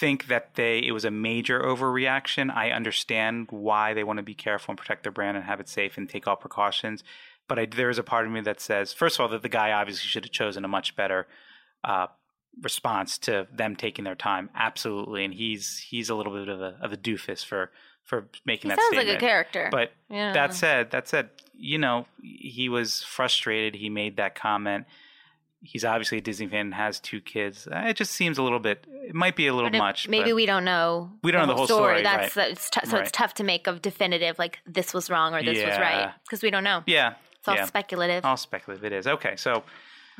think that they it was a major overreaction. I understand why they want to be careful and protect their brand and have it safe and take all precautions. But I, there is a part of me that says, first of all, that the guy obviously should have chosen a much better uh, response to them taking their time. Absolutely, and he's he's a little bit of a of a doofus for for making
he
that
sounds
statement.
like a character.
But
yeah.
that said, that said, you know, he was frustrated. He made that comment. He's obviously a Disney fan and has two kids. Uh, It just seems a little bit. It might be a little
But if-
much.
Maybe
but-
we don't know.
We don't know the whole story,
That's that's tou- so
Right.
it's tough to make a definitive like this was wrong or this was right
Yeah.
because we don't know.
Yeah.
It's all
yeah.
speculative.
all speculative. It is okay. So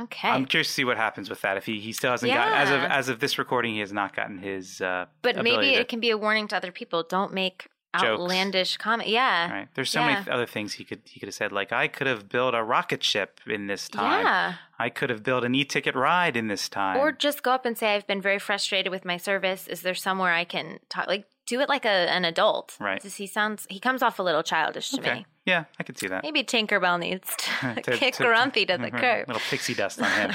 okay,
I'm curious to see what happens with that. If he, he still hasn't got as of
Yeah.
as of this recording, he has not gotten his. Uh,
but maybe
ability to-
it can be a warning to other people. Don't make
Jokes.
outlandish comment. Yeah,
Right. There's so many
Yeah.
other things he could he could have said. Like I could have built a rocket ship in this time.
yeah.
I could have built an e-ticket ride in this time.
Or just go up and say I've been very frustrated with my service. Is there somewhere I can talk? Like do it like a, an adult.
Right.
Just- he sounds he comes off a little childish to
okay.
me.
Yeah, I could see that.
Maybe Tinkerbell needs to,
To-
kick
to-
Grumpy to the
Mhm.
curb.
Little pixie dust on him.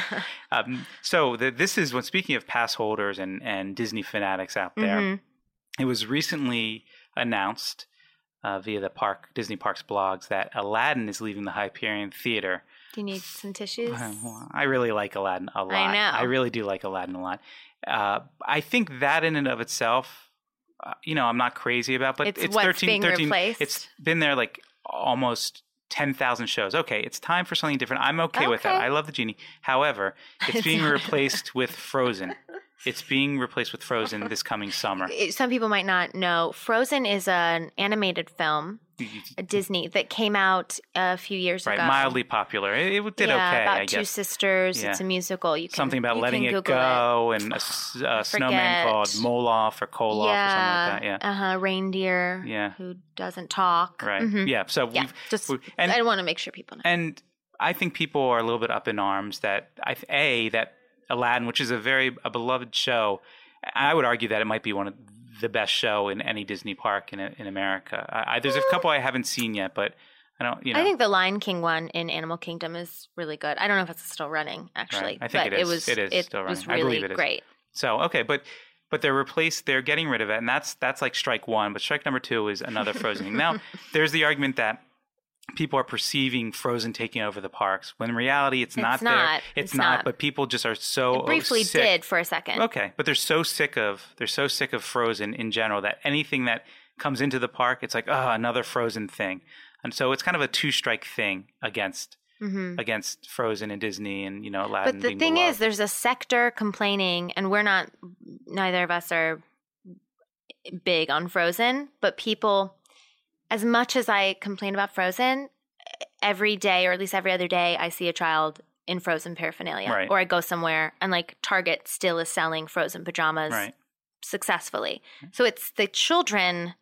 um, so the, this is when speaking of pass holders and, and Disney fanatics out there,
Mhm.
it was recently announced uh, via the park Disney Parks blogs that Aladdin is leaving the Hyperion Theater.
Do you need some tissues?
Well, I really like Aladdin a lot.
know.
really do like Aladdin a lot. Uh, I think that in and of itself, uh, you know, I'm not crazy about, but
It's
it's,
what's
13,
being
13
replaced.
It's been there like almost 10,000 shows. Okay, it's time for something different. I'm okay, with that.
Okay.
I love the genie. However, it's
It's
being
not-
replaced with Frozen. It's being replaced with Frozen this coming summer.
it- some people might not know frozen is an animated film a disney that came out a few years
Hmm. Right,
ago
mildly popular. It, it did
yeah,
okay,
about
I
two
guess.
sisters it's
Yeah.
a musical you can,
something about
you
letting
can
it
Google
go and a, s- a
I
snowman called
forget.
Moloff or Koloff or something like that.
uh-huh reindeer
Yeah.
who doesn't talk
Yeah, right.
Mhm.
Yeah. So
yeah
we've
just
we, and
i want to make sure people know
and I think people are a little bit up in arms that I th- a that Aladdin, which is a very a beloved show, I would argue that it might be one of the best show in any Disney park in in America. I, I, there's a couple I haven't seen yet, but I don't. You know,
I think the Lion King one in Animal Kingdom is really good. I don't know if it's still running, actually.
I think
but
it is.
was.
It is
it
still
was
running. I
really
believe it is.
great.
So okay, but but they're replaced. They're getting rid of it, and that's that's like strike one. But strike number two is another Frozen. thing. Now there's the argument that people are perceiving Frozen taking over the parks when in reality it's,
It's
not, there.
not.
It's,
It's
not,
not.
But people just are so
it briefly
Oh, sick.
did for a second.
Okay, but they're so sick of they're so sick of Frozen in general that anything that comes into the park, it's like oh another Frozen thing, and so it's kind of a two strike thing against
Mm-hmm.
against Frozen and Disney and you know Aladdin.
But the
being
thing
beloved.
is, there's a sector complaining, and we're not, neither of us are big on Frozen, but people, as much as I complain about Frozen, every day or at least every other day, I see a child in Frozen paraphernalia.
Right.
Or I go somewhere and like Target still is selling Frozen pajamas
right.
successfully. So it's the children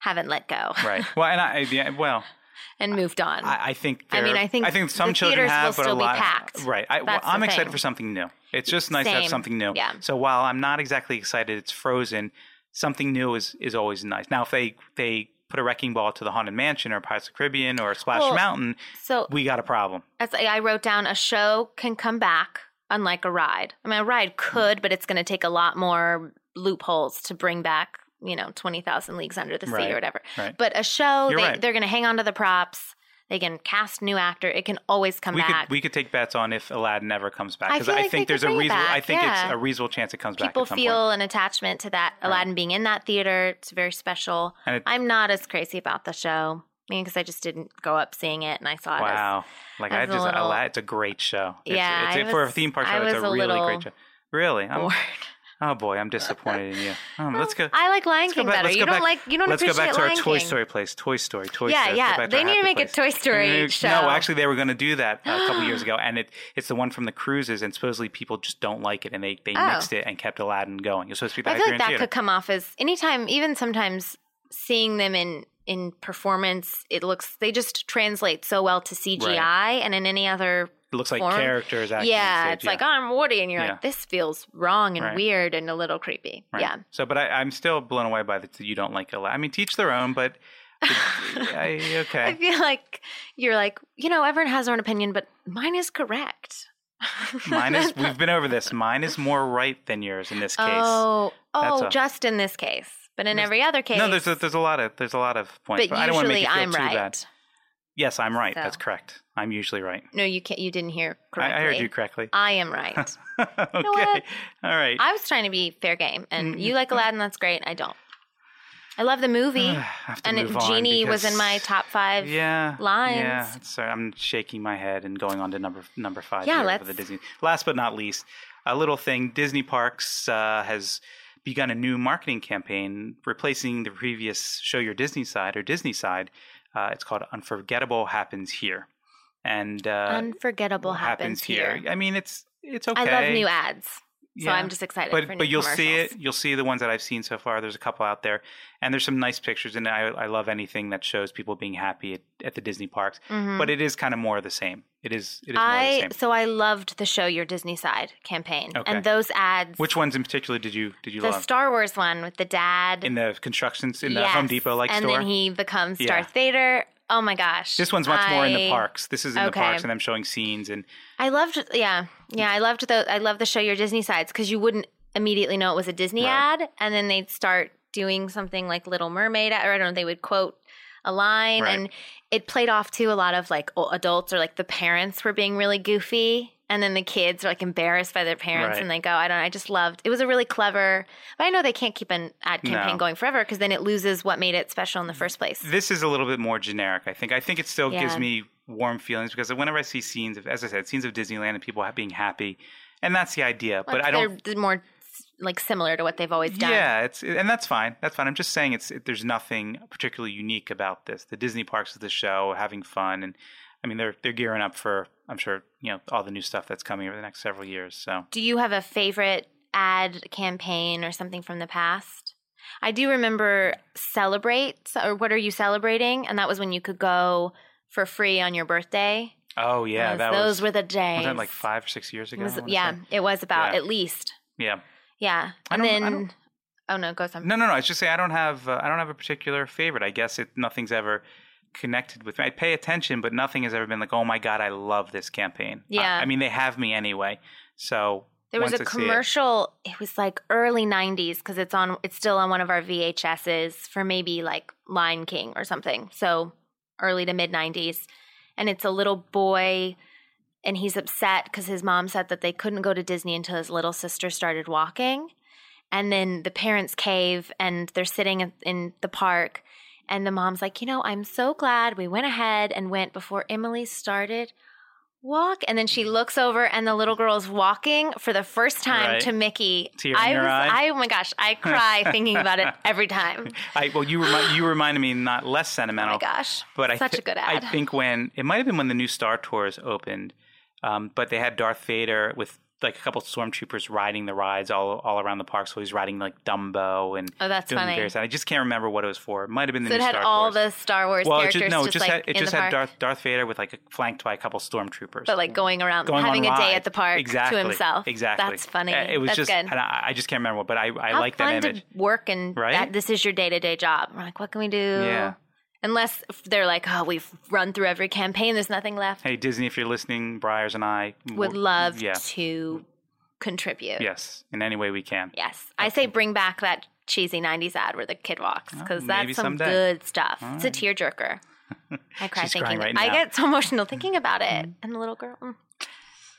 haven't let go
Right. Well, and I yeah, well,
and moved on.
I, I think
I
there,
mean, I think
some
the
children
theaters
have,
will
but
still
a
be
lot.
packed.
Right. I, well,
That's the
I'm excited
thing.
for something new. It's just nice to have
Same.
something new.
Yeah.
So while I'm not exactly excited, it's Frozen. Something new is is always nice. Now, if they they put a wrecking ball to the Haunted Mansion or Pirates of the Caribbean or Splash
Well-
Mountain,
so
we got a problem.
As I I wrote down, a show can come back, unlike a ride. I mean, a ride could, but it's going to take a lot more loopholes to bring back, you know, 20,000 Leagues Under the Sea
Right,
or whatever.
right.
But a show,
You're
they,
right.
they're going to hang on to the props. They can cast new actor. It can always come
we
back.
could we could take bets on if Aladdin never comes back
I
because
feel
I,
like they
think
could
there's a
bring it
reasonable
back,
I think
yeah.
it's a reasonable chance it comes back.
People
at some point.
feel an attachment to that Aladdin being in that theater. It's very special.
And it-
I'm not as crazy about the show. I mean, because I just didn't go up seeing it, and I saw it as
Wow. Like I
as a
just
little-
Aladdin, it's a great show. It's,
Yeah,
it's,
I
it- for a
was-
theme park
I
show,
was
it's a
a
really
little
great show. Really? I'm,
bored.
Oh boy, I'm disappointed in you. Um, let's go.
I like Lion
let's go
King
back-
better.
let's
You
go
don't
back-
like you don't
Let's go
appreciate
back to our
Lion
Toy
King.
Story place. Toy Story. Toy
Yeah,
Story. Let's go
yeah.
back
They
our
need to
happy
make a
place.
Toy Story
They need-
show.
No, actually, they were going to do that a couple years ago, and it it's the one from the cruises, and supposedly people just don't like it, and they they
Oh.
mixed it and kept Aladdin going. It's supposed to be
I
back
feel
here
like
in
that
theater.
could come off as anytime, even sometimes seeing them in in performance, it looks they just translate so well to CGI and in any other
it looks like
form.
characters. Acting
yeah, it's like oh, I'm Woody, and you're
Yeah.
like this feels wrong and
Right.
weird and a little creepy. Yeah,
So, but I, I'm still blown away by the you don't like Aladdin. I mean, teach their own, but I, okay.
I feel like you're like you know everyone has their own opinion, but mine is correct.
Mine is we've been over this. Mine is more right than yours in this case.
Oh,
That's
oh,
all.
just in this case, but in
There's-
every other case,
no, there's a, there's a lot of there's a lot of points,
but
but, I don't want to make
usually
you feel
I'm
too
right.
bad. Yes, I'm right. That's
So.
correct. I'm usually right.
No, you can't. You didn't hear correctly.
I, I heard you correctly.
I am right.
okay.
what?
All right.
I was trying to be fair game, and
Mm,
you
you-
like Aladdin. That's great. I don't. I love the movie,
have to
and it,
move on
Genie was in
because-
my top five.
yeah,
lines.
Yeah, sorry, I'm shaking my head and going on to number number five.
Yeah,
here
let's-
for the Disney. Last but not least, a little thing: Disney Parks uh, has begun a new marketing campaign replacing the previous "Show Your Disney Side" or Disney Side. Uh, it's called "Unforgettable Happens Here," and uh,
Unforgettable happens, here.
I mean, it's it's okay.
I love new ads, so
Yeah
I'm just excited.
but
for new
but you'll see it.
commercials.
You'll see the ones that I've seen so far. There's a couple out there, and there's some nice pictures. And I I love anything that shows people being happy at, at the Disney parks.
Mhm.
But it is kind of more of the same. It is it is more of the
I
same.
so I loved the Show Your Disney Side campaign,
Okay.
and those ads.
Which ones in particular did you did you
the
love
Star Wars one with the dad
in the constructions in the
Yes.
Home Depot like
and
store?
then he becomes
Yeah.
Darth Vader. Oh my gosh!
this one's much more in the
I-
parks. This is in the
Okay.
parks, and I'm showing scenes and
I loved, yeah, yeah. I loved the I love the show your Disney sides because you wouldn't immediately know it was a Disney
Right.
ad, and then they'd start doing something like Little Mermaid, or I don't know. They would quote a line,
Right.
and it played off to a lot of like o- adults or like the parents were being really goofy, and then the kids are like embarrassed by their parents,
Right.
and they go, "I don't." know. I just loved. It was a really clever, but I know they can't keep an ad campaign
No.
going forever because then it loses what made it special in the first place.
this is a little bit more generic. I think. I think it still
Yeah.
gives me warm feelings because whenever I see scenes of, as I said, scenes of Disneyland and people ha- being happy, and that's the idea. but
Like,
I don't
They're more like similar to what they've always done.
Yeah, it's and that's fine. That's fine. I'm just saying it's it, there's nothing particularly unique about this. The Disney parks of the show, having fun, and I mean they're they're gearing up for I'm sure you know all the new stuff that's coming over the next several years. So
Do you have a favorite ad campaign or something from the past? I do remember celebrate or what are you celebrating? And that was when you could go for free on your birthday.
oh yeah,
Those-
that
those
was
were the days.
was that like five or six years
It
ago.
was-
I wanna
yeah,
say?
it was about
Yeah.
at least.
yeah.
Yeah,
I
and
don't- I
then
don't-
oh no, go something.
No, no, no. I was just saying I don't have uh, I don't have a particular favorite. I guess it nothing's ever connected with me. I pay attention, but nothing has ever been like, oh my god, I love this campaign. I-
Yeah.
I, mean they have me anyway. So
There was
once
a
I see it-
commercial. It. was like early '90s because it's on. It's still on one of our VHSs for maybe like Lion King or something. So early to mid '90s, and it's a little boy, and he's upset because his mom said that they couldn't go to Disney until his little sister started walking, and then the parents cave, and they're sitting in- in the park. And the mom's like, you know, I'm so glad we went ahead and went before Emily started walk. And then she looks over, and the little girl's walking for the first time
Right.
to Mickey.
Tear in
I
your
was,
eye.
I, oh my gosh, I cry thinking about it every time.
I well, you remind you reminded me not less
Oh
sentimental,
my gosh,
but I
such
thi-
a good
I
ad.
think when it might have been when the new Star Tours opened, um, but they had Darth Vader with like a couple stormtroopers riding the rides all all around the park. So he's riding like Dumbo and
Oh, that's
doing
funny.
various. I just can't remember what it was for. It might have been the
so it
new
had
Star
all
Tours.
the Star Wars
well, it
characters
just, no, it
just,
just
like
had it
in
just
the
had
park,
Darth Darth Vader with like a, flanked by a couple stormtroopers.
but like going around,
Going
having
on
a day
rides.
at the park
exactly,
to himself.
Exactly,
that's funny.
Uh, It was
that's
just,
good.
and I, I just can't remember, but I, I
How
like
fun
that image.
to work and
Right?
that this is your day to day job. We're like, what can we do?
Yeah.
Unless if they're like, oh, we've run through every campaign. There's nothing left.
Hey Disney, if you're listening, Briars and I
Would love
yeah.
to contribute.
Yes, in any way we can.
Yes. I say bring back that cheesy 90s ad where the kid walks because
Oh, maybe
that's some
someday.
good stuff.
All
It's a tearjerker. I cry
She's
thinking.
crying right
I
now. Mm-hmm.
get so emotional thinking about it. And the little girl, mm,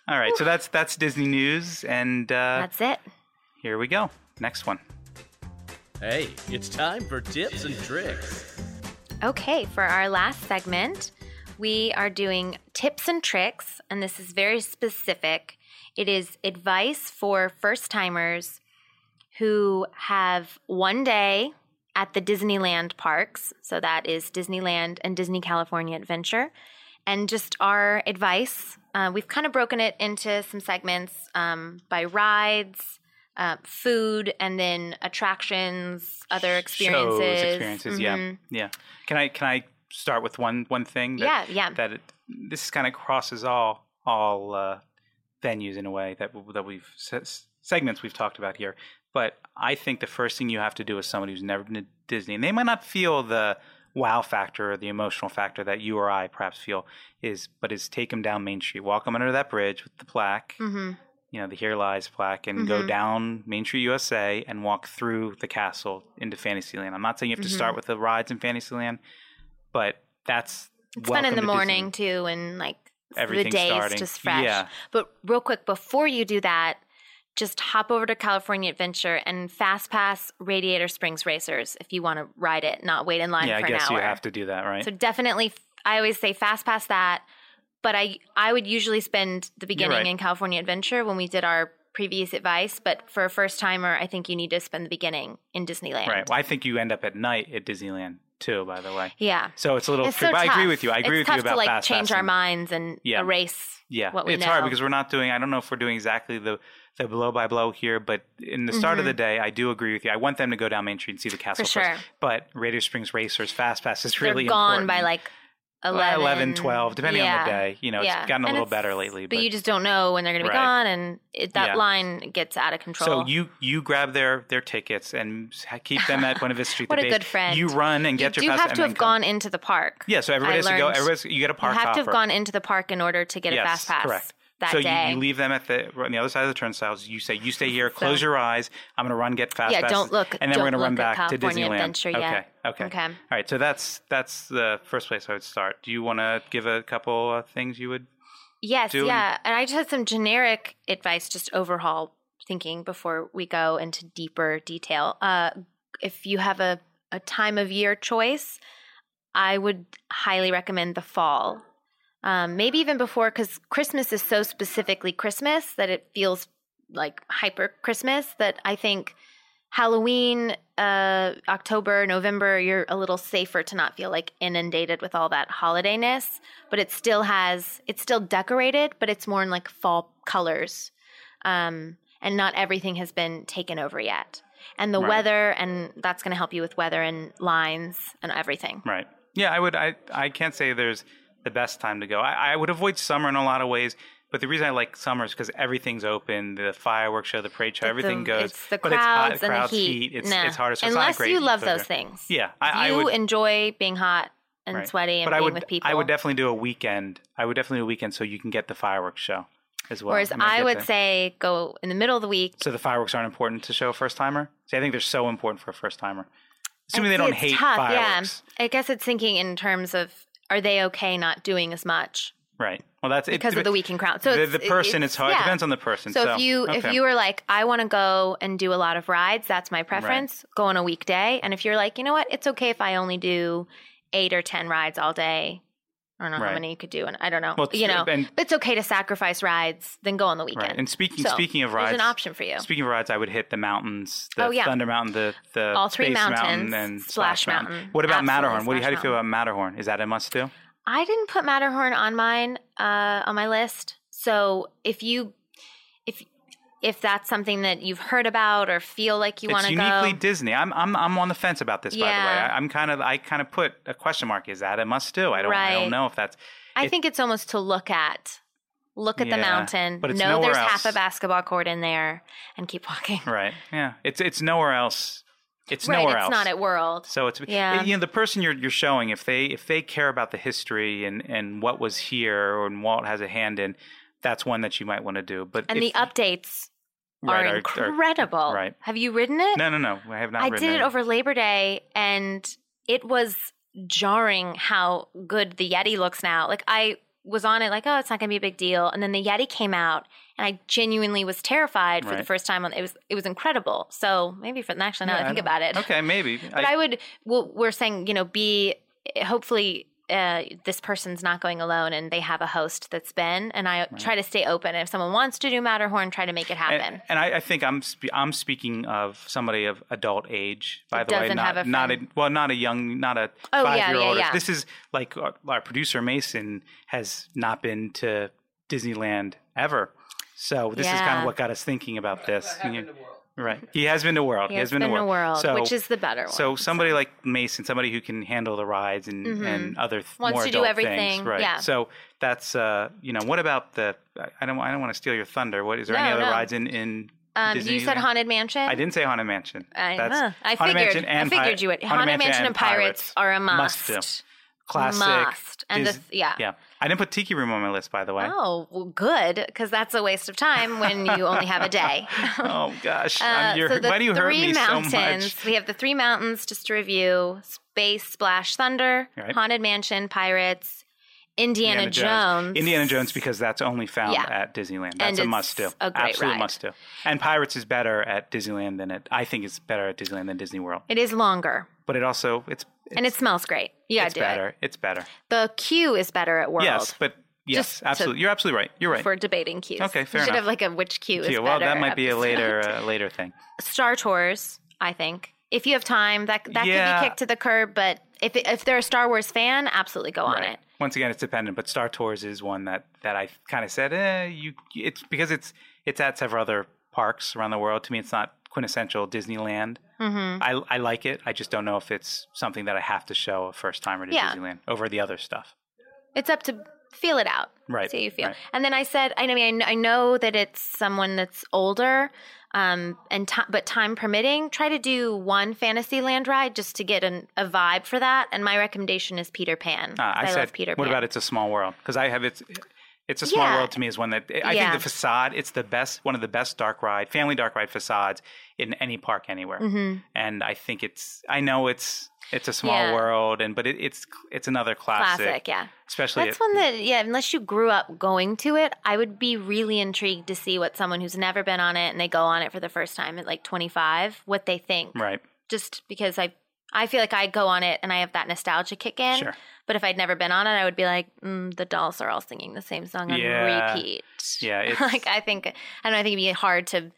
All right, so that's that's Disney news, and uh,
that's it.
here we go. Next one.
Hey, it's time for tips and tricks.
Okay, for our last segment, we are doing tips and tricks, and this is very specific. It is advice for first timers who have one day at the Disneyland parks. So that is Disneyland and Disney California Adventure. And just our advice. Uh, we've kind of broken it into some segments um, by rides, uh, food, and then attractions, other experiences.
Shows, experiences.
Mhm.
Yeah, yeah. Can I can I start with one one thing? That,
Yeah, yeah.
That it, this kind of crosses all all uh, venues in a way that that we've se- segments we've talked about here. But I think the first thing you have to do is somebody who's never been to Disney, and they might not feel the wow factor or the emotional factor that you or I perhaps feel is, but is take them down Main Street, walk them under that bridge with the plaque,
hmm
you know, the Here Lies plaque and go
Mhm.
down Main Street USA and walk through the castle into Fantasyland. I'm not saying you have to
Mhm.
start with the rides in Fantasyland, but that's
It's fun in
welcome
the
to Disney.
morning too, and like
Everything's
the day's
starting.
just fresh.
Yeah.
But real quick, before you do that, just hop over to California Adventure and fast pass Radiator Springs Racers if you want to ride it, not wait in line
Yeah, I
for an
guess
hour.
you have to do that, right?
So definitely, I always say fast pass that. But I I would usually spend the beginning
right.
in California Adventure when we did our previous advice. But for a first timer, I think you need to spend the beginning in Disneyland.
right. Well, I think you end up at night at Disneyland too, by the way.
Yeah.
So it's a little
It's so
tricky. but I agree
tough.
with you. I agree
it's
with
tough
you about
to like
fast
change our
passing.
minds and
Yeah.
erase.
Yeah,
what we
it's hard
know.
because we're not doing. I don't know if we're doing exactly the the blow by blow here, but in the start of the day, I do agree with you. I want them to go down Main Street and see the castle
Mm-hmm. sure.
first. But Radiator Springs Racers Fast Pass is
They're
really
gone by
important.
like
Well,
11,
12, depending on the day. You know,
yeah.
it's gotten a
And
little
it's-
better lately.
But, you just don't know when they're going to be
Right.
gone, and it, that
Yeah.
line gets out of control.
so you you grab their their tickets and ha- keep them at Buena Vista Street.
What
the
a
base.
good friend.
You run and
You
get
do
your pass.
have
and
to
then
have
come.
gone into the park.
Yeah, so everybody
I
has to go.
learned-
Everybody's, you get
You
a park
have to have
offer.
gone into the park in order to get a
yes,
fast pass.
Correct.
That
so you-
day.
You, leave them at the on the other side of the turnstiles. You say, "You stay here. Close your eyes. I'm going to run, get fast.
Yeah,
passes,
don't look-
And then we're
don't
going to run
look at
back to
California
Disneyland.
Adventure
okay,
yet.
okay,
Okay.
All right. So that's that's the first place I would start. Do you want to give a couple of things you would?
Yes,
do.
yeah. And I just had some generic advice, just overhaul thinking before we go into deeper detail. Uh, if you have a, a time of year choice, I would highly recommend the fall. Um, maybe even before, because Christmas is so specifically Christmas that it feels like hyper Christmas that I think Halloween, uh, October, November, you're a little safer to not feel like inundated with all that holidayness but it still has it's still decorated, but it's more in like fall colors, um, and not everything has been taken over yet. And the
Right.
weather, and that's going to help you with weather and lines and everything.
Right. Yeah, I would. I I can't say there's the best time to go. I, I would avoid summer in a lot of ways. But the reason I like summer is because everything's open. The fireworks show, the parade show,
The-
everything goes.
It's the
but
crowds
it's hot,
and
crowds,
the heat.
It's
Nah.
it's harder. So it's not a
Unless
great
you love
photographer.
those things,
Yeah, I,
you
I would
enjoy being hot and
Right.
sweaty and
but
being
I would,
with people.
I would definitely do a weekend. I would definitely do a weekend so you can get the fireworks show as well.
Whereas
I mean,
I,
get
would
that.
say go in the middle of the week.
So the fireworks aren't important to show a first timer? See, I think they're so important for a first timer.
I
Assuming
see
they don't
it's
hate
tough,
fireworks.
Yeah, I guess it's thinking in terms of are they okay not doing as much
Right. Well, that's
because
it.
of the weekend crowd. So
the,
it's,
the person, it's, hard. It
yeah.
depends on the person.
So,
So,
if you if
okay.
you were like, I want to go and do a lot of rides, that's my preference. Go on a weekday, and if you're like, you know what, it's okay if I only do eight or ten rides all day. I don't know how
Right.
many you could do, and I don't know.
Well,
you know,
and-
but it's okay to sacrifice rides, then go on the weekend.
Right. And speaking
So,
speaking of
there's
rides,
an option for you.
Speaking of rides, I would hit the mountains, the
Oh, yeah.
Thunder Mountain, the the
All three
Space
mountains,
Mountain, and
Splash
Splash Mountain.
Mountain.
What about
Absolutely
Matterhorn? What do
Splash
you, how do you feel
Mountain.
about Matterhorn? Is that a must do?
I didn't put Matterhorn on mine uh, on my list. So if you if if that's something that you've heard about or feel like you want
it's
to
uniquely
go,
Disney. I'm I'm I'm on the fence about this. By the way,
Yeah.
I, I'm kind of I kind of put a question mark. Is that a must do? I don't I
Right.
don't know if that's
I
It-
think it's almost to look at. Look at the
Yeah,
mountain.
but it's
know there's
nowhere
half a
else.
basketball court in there and keep walking.
right. Yeah, it's it's nowhere else. It's
right,
nowhere
it's
else.
not at World.
so it's
Yeah.
you know the person you're you're showing if they if they care about the history and and what was here or and Walt has a hand in, that's one that you might want to do. But
And
if-
the updates
right,
are
or- or-
incredible.
right.
Have you ridden it?
no no no I have not.
I
written
did it over Labor Day and it was jarring how good the Yeti looks now. Like I was on it like, oh, it's not gonna be a big deal. And then the Yeti came out and I genuinely was terrified for the
Right.
first time on it was it was incredible. So maybe for actually now
Yeah,
that I
I
think
don't-
about it.
Okay, maybe.
But I, would. Well, we're saying you know, be hopefully uh, this person's not going alone and they have a host that's been and i try to stay open and if someone wants to do matterhorn try to make it happen
And, and I, I think I'm spe- I'm speaking of somebody of adult age. By
That
the way,
doesn't
not
have a
not a
friend.
well, not a young, not a
Oh,
five
yeah,
year old.
yeah, yeah.
This is like our, our producer Mason has not been to Disneyland ever, so this is kind
Yeah.
of what got us thinking about this. Right, he has been to World. He,
It's been, a world,
So,
which is the better one
so somebody like Mason, somebody who can handle the rides and,
Mhm.
and other th-
Wants
more
to do
adult
everything,
things, right?
yeah.
So that's uh, you know, what about the? I- I don't, I don't want to steal your thunder. What is there any
No,
other
no.
rides in in?
um, you said
Disneyland?
haunted mansion
I didn't say haunted mansion.
I,
That's
uh, I figured.
Haunted Mansion and
I
Pi-
figured you would.
Haunted
Haunted,
Mansion
Mansion
and
and Pirates,
Pirates
are a
must
must.
do. classic.
Must. And
Dis-
the, yeah.
yeah, I didn't put Tiki Room on my list, by the way.
Oh, well, good, because that's a waste of time when you only have a day.
Oh, gosh,
Uh,
I'm, you're,
so the
why do you hurt
three
me
mountains.
so much?
We have the three mountains just to review: Space Splash Thunder,
Right.
Haunted Mansion, Pirates, Indiana, Jones.
Indiana Jones because that's only found
Yeah.
at Disneyland.
And
That's a
it's
must do.
a great
Absolute
ride.
must do. And Pirates is better at Disneyland than it. I think it's better at Disneyland than Disney World.
It is longer,
But it also it's it's,
and it smells great. Yeah,
it's
do
better.
it.
It's better.
The queue is better at World.
Yes, but yes,
Just to-
absolutely. You're absolutely right. You're right.
If we're debating queues.
Okay, fair
We should
enough.
have like a which queue is
Yeah,
better.
well, that might be a
episode.
later uh, later thing.
Star Tours, I think. If you have time, that that could
Yeah.
be kicked to the curb. But if if they're a Star Wars fan, absolutely go on
Right.
it.
Once again, it's dependent, but Star Tours is one that that I kind of said, eh, you. It's because it's it's at several other parks around the world. To me, it's not quintessential Disneyland.
Mm-hmm.
I, I like it. I just don't know if it's something that I have to show a first timer to
Yeah.
Disneyland over the other stuff.
It's up to feel it out.
Right.
See how you feel.
right.
And then I said, I mean, I kn- I know that it's someone that's older, um, and ti but time permitting, try to do one Fantasyland ride just to get an, a vibe for that. And my recommendation is Peter Pan.
Uh, I,
love
said,
Peter
what
Pan.
about It's a Small World? Because I have it's. It's a small
Yeah.
world to me is one that I
Yeah.
think the facade. It's the best one of the best dark ride family dark ride facades in any park anywhere.
Mhm.
And I think it's. I know it's. It's a small
Yeah.
world, and but it, it's it's another classic,
Classic, yeah.
especially
That's one that, yeah, unless you grew up going to it, I would be really intrigued to see what someone who's never been on it and they go on it for the first time at like 25, what they think.
right.
Just because I, I feel like I go on it and I have that nostalgia kick in.
Sure.
But if I'd never been on it, I would be like, mm, the dolls are all singing the same song on
Yeah.
repeat.
Yeah, it's-
like I think, I don't know, I think it'd be hard to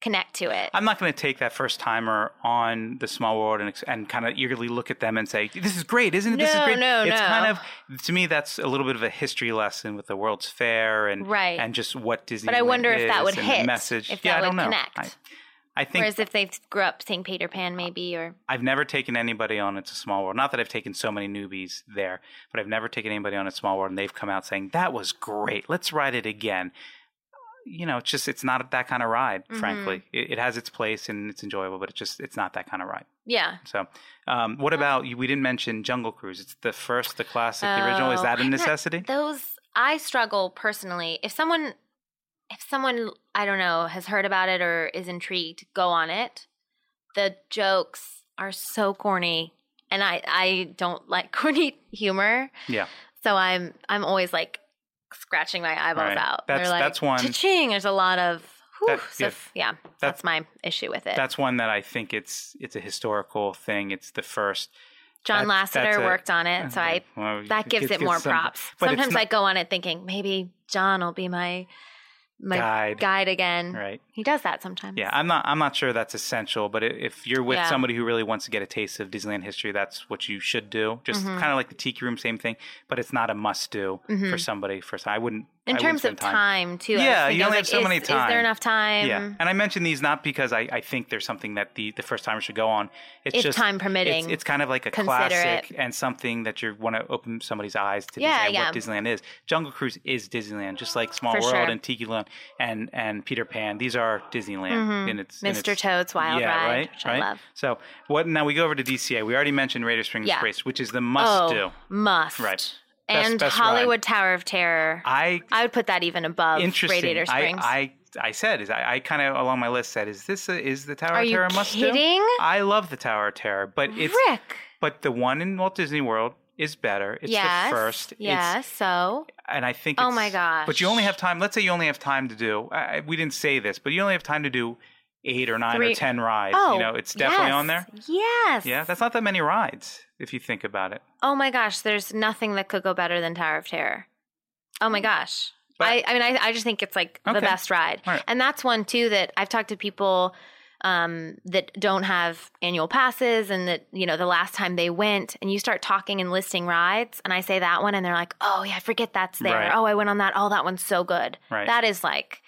connect to it.
I'm not going to take that first timer on the small world and, ex- and kind of eagerly look at them and say, "This is great, isn't it? this is
No,
great."
no,
it's
no.
kind of to me that's a little bit of a history lesson with the World's Fair and
Right.
and just what Disney.
but I wonder if that would
and
hit.
the message.
If that
yeah, I
would
don't know.
connect.
I, I think
Whereas if they grew up seeing Peter Pan, maybe, or
I've never taken anybody on It's a Small World. Not that I've taken so many newbies there, but I've never taken anybody on It's a Small World and they've come out saying, that was great. Let's ride it again. You know, it's just, it's not that kind of ride,
Mm-hmm.
frankly. It, it has its place and it's enjoyable, but it's just, it's not that kind of ride.
yeah.
So, um, what about, you- we didn't mention Jungle Cruise. It's the first, the classic, the original. Is
Oh,
that a
I'm not-
necessity?
Those I struggle personally. If someone, if someone I don't know has heard about it or is intrigued, go on it. The jokes are so corny, and I I don't like corny humor.
yeah.
So I'm I'm always like scratching my eyeballs
Right.
out.
That's-
They're like,
that's one-
Cha-ching! There's a lot of. whew,
That-
so
yeah.
f- yeah, that's my issue with it.
That's one that I think it's, it's a historical thing. It's the first.
John
that- that's
Lasseter
a-
worked on it, so I
Well,
that gives it
gets
more
some-
props.
but it's
Sometimes
not-
I go on it thinking maybe John will be my my guide,
Guide.
again.
Right.
He does that sometimes.
Yeah, I'm not. I'm not sure that's essential, but i- if you're with
Yeah.
somebody who really wants to get a taste of Disneyland history, that's what you should do. Just
Mm-hmm.
kind of like the Tiki Room, same thing, but it's not a must do for somebody. For some- I wouldn't.
In
I wouldn't
terms of
spend
time, too. I was
Yeah,
thinking,
you
I
only
was
have so
like,
many
is, Is there
time.
enough time?
Yeah, and I mention these not because I, I think there's something that the, the first timer should go on. It's
If
just
time
it's-
permitting,
It's, kind of like a
consider
classic
it.
and something that you want to open somebody's eyes to
Yeah,
Disneyland,
yeah.
what Disneyland is. Jungle Cruise is Disneyland, just like Small
For
World
sure.
and Tiki Land and and Peter Pan. These are Disneyland in its in
Mr.
its-
Mm-hmm. Toad's Wild
yeah,
Ride,
right,
which I
right.
love.
So what? Now we go over to DCA. We already mentioned Raider Springs
Yeah.
Race, which is the must
oh,
do.
must
Right. Best-
And
best ride.
Hollywood Tower of Terror. I,
I
would put that even above
interesting.
Radiator Springs.
I, I I said is I, I kind of along my list said is this a, is the Tower
Are
of
you
Terror a must
kidding?
do? I love the Tower of Terror, but it's
Rick.
but the one in Walt Disney World is better. It's
yes.
the first. It's-
Yeah. So
and I think.
Oh
it's-
my gosh.
But you only have time. Let's say you only have time to do. I, I- we didn't say this, but you only have time to do eight or nine
Three- Oh,
or ten rides. you know, it's definitely
yes,
on there.
Yes.
Yeah, that's not that many rides if you think about it.
Oh my gosh, there's nothing that could go better than Tower of Terror. Oh my gosh.
But-
I, I mean, I, I just think it's like the
Okay.
best ride.
All right.
And that's one too that I've talked to people um, that don't have annual passes and that, you know, the last time they went and you start talking and listing rides and I say that one and they're like, oh yeah, I forget that's there.
Right.
Oh, I went on that. Oh, that one's so good.
Right.
That is like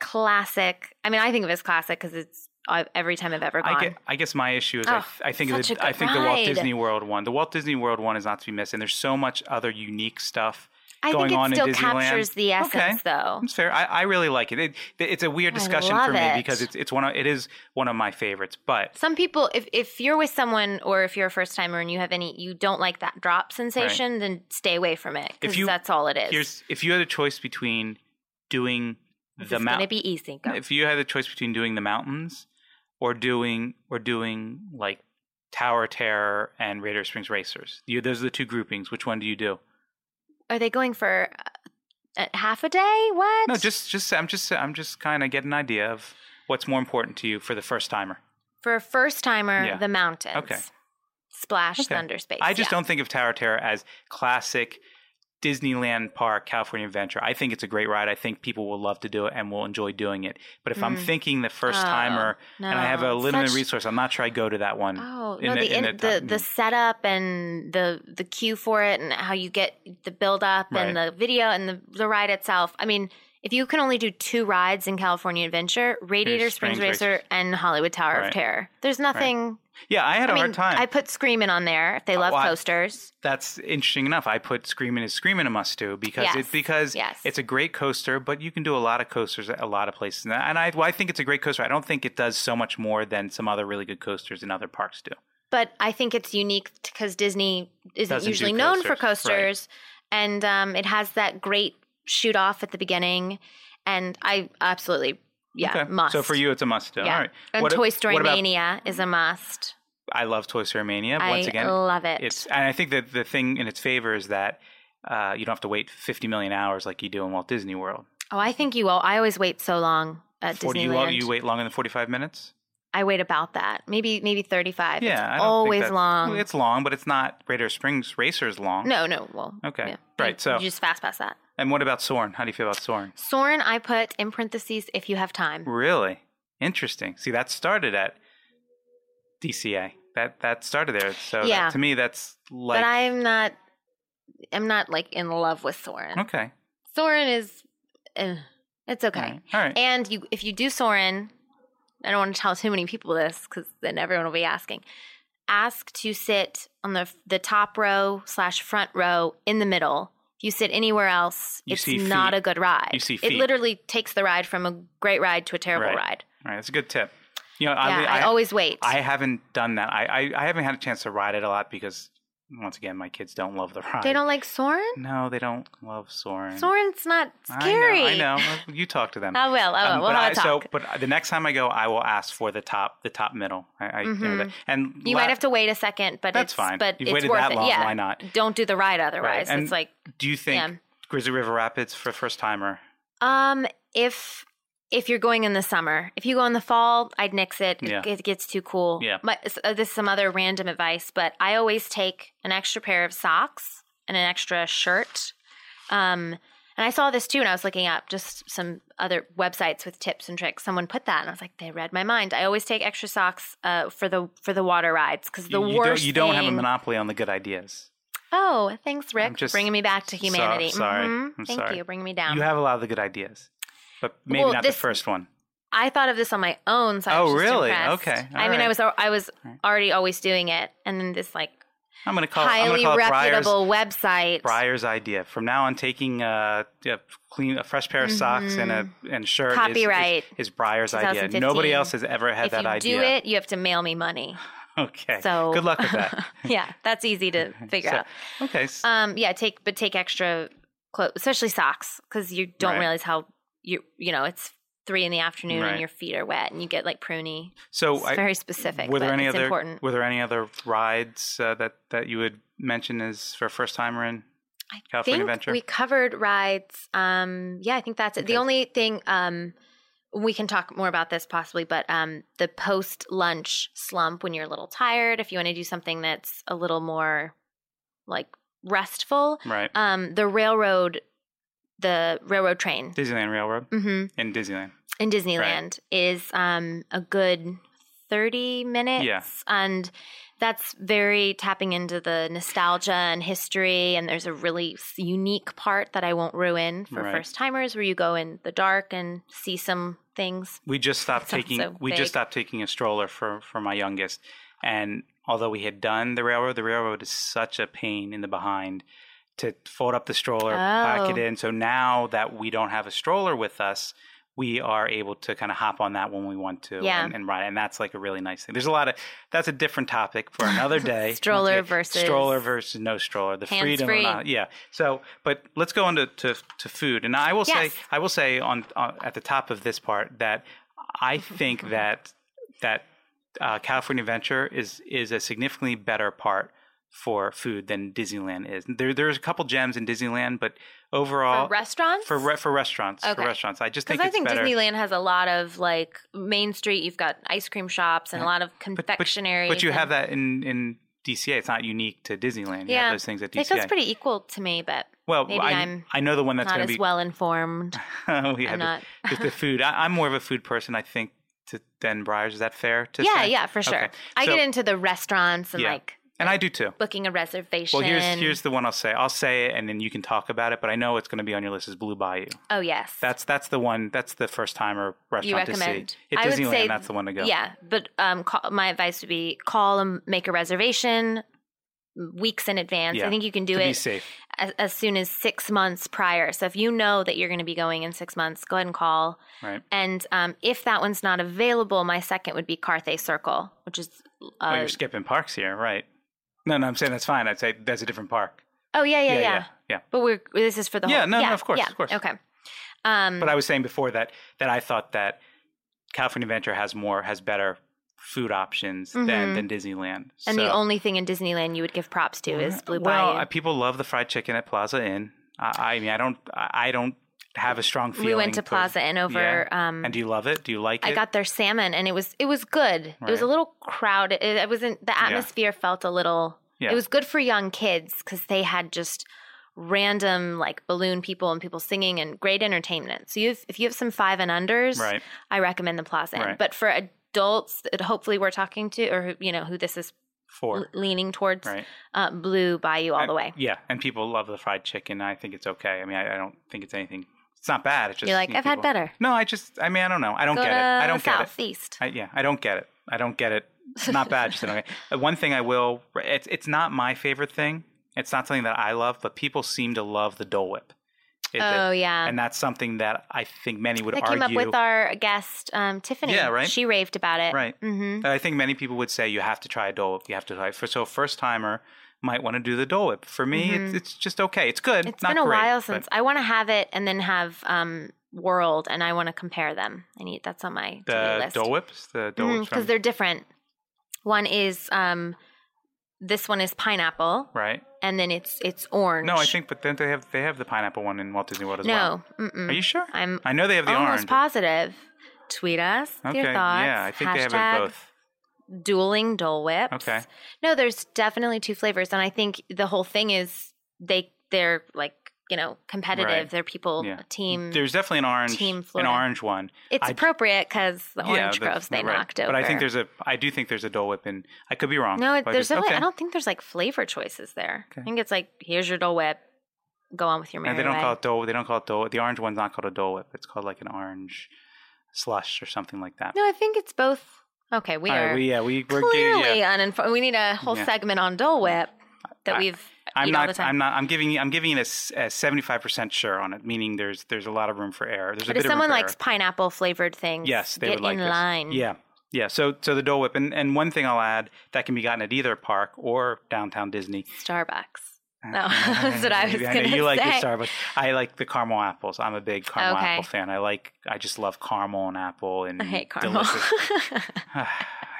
classic. I mean, I think of it as classic because it's uh, every time I've ever gone.
I, get, I guess my issue is I,
Oh,
th- I think
such
the,
a
I think the Walt
ride.
Disney World one. The Walt Disney World one is not to be missed, and there's so much other unique stuff
I
going
think
on
it still
in Disneyland.
captures the
Okay.
essence though.
It's fair. I, I really like it. it. th- It's a weird
Oh. I
discussion
love
for me
it.
because it's it's one of, it is one of my favorites. But
some people if, if you're with someone or if you're a first timer and you have any you don't like that drop sensation then stay away from it
If
because
you-
that's all it is
here's if you had a choice between doing
This
the
is gonna
mountain,
be easy go
if you had a choice between doing the mountains or doing or doing like Tower of Terror and Radiator Springs Racers, you, those are the two groupings. Which one do you do?
are they going for uh, a half a day what
No, just just I'm just I'm just kind of getting an idea of what's more important to you for the first timer.
for a first timer
Yeah.
the mountains
Okay.
splash
Okay.
thunder space
I just
yeah.
don't think of Tower of Terror as classic Disneyland Park California Adventure. I think it's a great ride. I think people will love to do it and will enjoy doing it. But if I'm
Mm.
thinking the first
Oh,
timer
no.
and I have a limited
Such-
resource, I'm not sure I go to that one.
Oh
in
no!
the-
The in,
in the
the,
top- mm.
the setup and the the cue for it, and how you get the build up and the video and the, the ride itself. I mean, if you can only do two rides in California Adventure, Radiator
Here's
Springs,
Springs
Racer
Racers.
and Hollywood Tower
Right.
of Terror, there's nothing.
Yeah, I had a
I mean,
hard time.
I put Screamin' on there if they love
Oh, I-
coasters.
That's interesting enough. I put Screamin' is Screamin' a must do because
Yes.
it's because
Yes.
it's a great coaster, but you can do a lot of coasters at a lot of places. And I, and I, well, I think it's a great coaster. I don't think it does so much more than some other really good coasters in other parks do.
But I think it's unique because Disney isn't
Doesn't do
usually known for
coasters, right.
coasters, and um, it has that great shoot off at the beginning, and I absolutely yeah
Okay.
must.
So for you, it's a must do.
Yeah.
All right.
And
What-
Toy Story
what about-
Mania is a must.
I love Toy Story Mania. Once
I
again,
love it.
it's and I think that the thing in its favor is that uh, you don't have to wait 50 million hours like you do in Walt Disney World.
oh, I think you will. I always wait so long at
Forty- you,
Disneyland.
you wait longer than 45 minutes?
I wait about that. Maybe maybe thirty five.
Yeah, I
it's
don't think
always
that's-
long.
It's long, but it's not Radiator Springs Racers long.
no, no. Well,
Okay.
yeah.
Right,
You-
so-
you just fast past that.
And what about Soren? How do you feel about Soren?
Soren, I put in parentheses if you have time.
Really interesting. See, that started at DCA. That that started there. So that-
Yeah.
to me, that's like
but I'm not. I'm not like in love with Soren.
okay.
Soren is. eh, it's okay.
All right. All right.
And you, if you do Soren, I don't want to tell too many people this because then everyone will be asking. Ask to sit on the the top row slash front row in the middle. If you sit anywhere else,
You
it's
see
not
feet.
a good ride.
You see
It
feet.
literally takes the ride from a great ride to a terrible
Right.
ride.
All right. That's a good tip. You know,
yeah,
oddly,
I,
I,
always wait.
I haven't done that. I, I, I haven't had a chance to ride it a lot because once again, my kids don't love the ride.
they don't like Soren.
No, they don't love Soren.
Soren's not
Mm. I know,
scary.
I know. You talk to them.
I will. I will.
Um,
we'll
but
have a
I-
talk.
So, but the next time I go, I will ask for the top, the top middle. I, I you know,
Mhm.
that- and
you
la-
might have to wait a second, but
That's
it's,
fine.
But
You've
it's
waited
worth
that long.
it. Yeah.
Why not?
Don't do the ride otherwise.
and-
It's like
Do you think
Yeah.
Grizzly River Rapids for first timer?
Um, if if you're going in the summer, if you go in the fall, I'd nix it. It,
Yeah.
it gets too cool.
Yeah.
My, s- uh, this is some other random advice, but I always take an extra pair of socks and an extra shirt. Um, and I saw this too, and I was looking up just some other websites with tips and tricks. Someone put that, and I was like, they read my mind. I always take extra socks uh, for the for the water rides because the
you, you
worst
Don't, you don't have a
thing-
monopoly on the good ideas.
Oh, thanks, Rick,
just
bringing me back to
so-
humanity.
sorry.
Mhm.
I'm
Thank
sorry.
you, bringing me down.
You have a lot of the good ideas, but maybe
Well,
not
this-
the first one.
I thought of this on my own. So I was
Oh,
just
really?
impressed.
Okay.
I
All
mean, I
right.
was I was
right.
already always doing it, and then this like
I'm going to call. I'm
highly
gonna call it Briar's
reputable website.
Briar's idea. From now on, taking a, a clean, a fresh pair of socks and a and shirt is- is-
Mm-hmm. Copyright.
is, Briar's idea.
2015.
Nobody else has ever had
if
that
you
idea.
do it, you have to mail me money.
okay.
So
good luck with that.
yeah, that's easy to figure
So-
out.
okay. s-
Um, yeah, take but take extra clothes, especially socks, because you don't
Right.
realize how you you know it's three in the afternoon
Right.
and your feet are wet and you get like pruny.
so
It's
I,
very specific.
were there
but
any
it's
other
important?
were there any other rides uh, that that you would mention as for a first timer in?
I
California
think
Adventure?
we covered rides. Um, yeah, I think that's it.
Okay.
The only thing um, we can talk more about this possibly, but um, the post lunch slump when you're a little tired, if you want to do something that's a little more like restful,
Right.
um, the railroad, the railroad train
Disneyland Railroad
hmm
in Disneyland.
in Disneyland is um, a good 30 minutes.
Yeah.
And that's very tapping into the nostalgia and history. And there's a really s- unique part that I won't ruin for
Right.
first timers where you go in the dark and see some things.
We just stopped
That sounds
taking
so
we
vague.
just stopped taking a stroller for for my youngest, and although we had done the railroad, the railroad is such a pain in the behind to fold up the stroller, pack it
Oh.
in. So now that we don't have a stroller with us, we are able to kind of hop on that when we want to
Yeah.
and, and ride, and that's like a really nice thing. There's a lot of that's a different topic for another day.
Stroller
Okay,
versus-
stroller versus no stroller, the freedom, or
Hands-free.
not, yeah. So, but let's go on to, to, to food, and I will
Yes.
say I will say on, on at the top of this part that I think that that uh, California Adventure is is a significantly better part for food than Disneyland is. There there's a couple gems in Disneyland, but overall
For restaurants?
for re- for restaurants for
Okay.
restaurants, I just
Because
think
I
it's
think
better.
Disneyland has a lot of like Main Street. You've got ice cream shops and a lot of confectionery.
but you have that in in DCA. It's not unique to Disneyland. You
Yeah.
have those things at
It feels
DCA.
pretty equal to me, but
well,
maybe
I,
I'm
I know the one that's
not
going to
as
be
well informed.
we
I'm
had
not.
Oh, the, just the food. I, I'm more of a food person, I think, to, than Briars. Is that fair? To
yeah,
say?
yeah, for sure.
Okay.
I
So-
get into the restaurants and
Yeah.
like
and I do too.
booking a reservation.
Well, here's here's the one I'll say. I'll say it, and then you can talk about it. But I know it's going to be on your list. Is Blue Bayou?
oh yes,
That's that's the one. That's the first timer restaurant
you
to
recommend.
see. At
I would
Disneyland,
say
that's the one to go.
yeah. But um, call, my advice would be call and make a reservation weeks in advance.
Yeah,
I think you can do
to be
it
safe.
as, as soon as six months prior. So if you know that you're going to be going in six months, go ahead and call.
Right.
And um, if that one's not available, my second would be Carthay Circle, which is uh,
oh, you're skipping parks here, right? No, no, I'm saying that's fine. I'd say that's a different park.
oh yeah, yeah, yeah,
yeah. yeah.
But we're this is for the
Yeah,
whole
no, no, of course,
yeah,
of course.
okay. Um,
But I was saying before that that I thought that California Adventure has more has better food options
Mhm.
than than Disneyland.
And the
So-
only thing in Disneyland you would give props to is Blue
well,
Bayou.
uh, people love the fried chicken at Plaza Inn. I, I mean, I don't I I don't have a strong feeling.
we went to
for-
Plaza Inn over. Um,
And do you love it? Do you like
I
it?
got their salmon, and it was it was good. It was a
Right.
little crowded. It, it wasn't the atmosphere felt a little.
Yeah.
It was good for young kids because they had just random like balloon people and people singing and great entertainment. So you have, if you have some five and unders,
right.
I recommend the Plaza Inn.
Right.
But for adults, that hopefully we're talking to or who- you know who this is
Four.
leaning towards
Right.
uh, Blue Bayou all the
And-
way.
Yeah, and people love the fried chicken. I think it's okay. I mean, I, I don't think it's anything. It's not bad. It's just
You're like
you know,
I've had
people-
better.
No, I just. I mean, I don't know. I don't
Go
get
to
it. I don't get it.
southeast.
I, yeah, I don't get it. I don't get it. It's not bad. Just okay. One thing I will. It's it's not my favorite thing. It's not something that I love, but people seem to love the Dole Whip. It-
Oh yeah,
and that's something that I think many would
that
argue.
came up with our guest um, Tiffany.
Yeah, right?
She raved about it.
Right.
hmm
that I think many people would say you have to try a Dole Whip. You have to try. For, so a first timer might want to do the Dole Whip. For me, it's, it's just okay. It's good.
Mm-hmm. It's
not
been a
great,
while
but-
since I want to have it, and then have um, World, and I want to compare them. I need that's on my to-do
the
list
Dole Whips. The Dole
because
Whips. from-
they're different. One is um, this one is pineapple,
right.
and then it's it's orange.
No, I think, but then they have they have the pineapple one in Walt Disney World as well.
no. Mm-mm.
Are you sure?
I'm
I know they have the
almost
orange.
positive. Tweet us
okay.
your thoughts.
Yeah, I think
Hashtag
they have it both.
dueling Dole Whips.
Okay.
No, there's definitely two flavors, and I think the whole thing is they they're like you know competitive.
Right.
They're people
Yeah.
a team.
There's definitely an orange,
Team
an
Florida.
orange one.
it's
I-
appropriate because the
Yeah,
orange
the-
groves they
right.
knocked over.
But I think there's a, I do think there's a Dole Whip, and I could be wrong.
no. It,
but
there's
just-
definitely.
okay.
I don't think there's like flavor choices there. I
Okay.
think it's like here's your Dole Whip. Go on with your merry
And they don't
way.
call it Dole. They don't call it Dole. The orange one's not called a Dole Whip. It's called like an orange slush or something like that.
no, I think it's both. Okay, we
All right,
are
yeah, we we're getting-
clearly
yeah.
uninformed. We need a whole
Yeah.
segment on Dole Whip that
I-
we've.
I'm
eat
not.
all the time.
I'm not. I'm giving. you- I'm giving it a seventy five percent sure on it. Meaning there's there's a lot of room for error. There's a
But
bit
if
of room
someone
for
likes
error.
pineapple flavored things,
Yes, they
get
would like
in
this.
line.
Yeah, yeah. So so the Dole Whip, and and one thing I'll add that can be gotten at either park or downtown Disney.
Starbucks. No, Oh, that's what I was
know
going to say.
You like your Starbucks. I like the caramel apples. I'm a big caramel
Okay.
apple fan. I like. I just love caramel and apple and
I hate caramel.
delicious I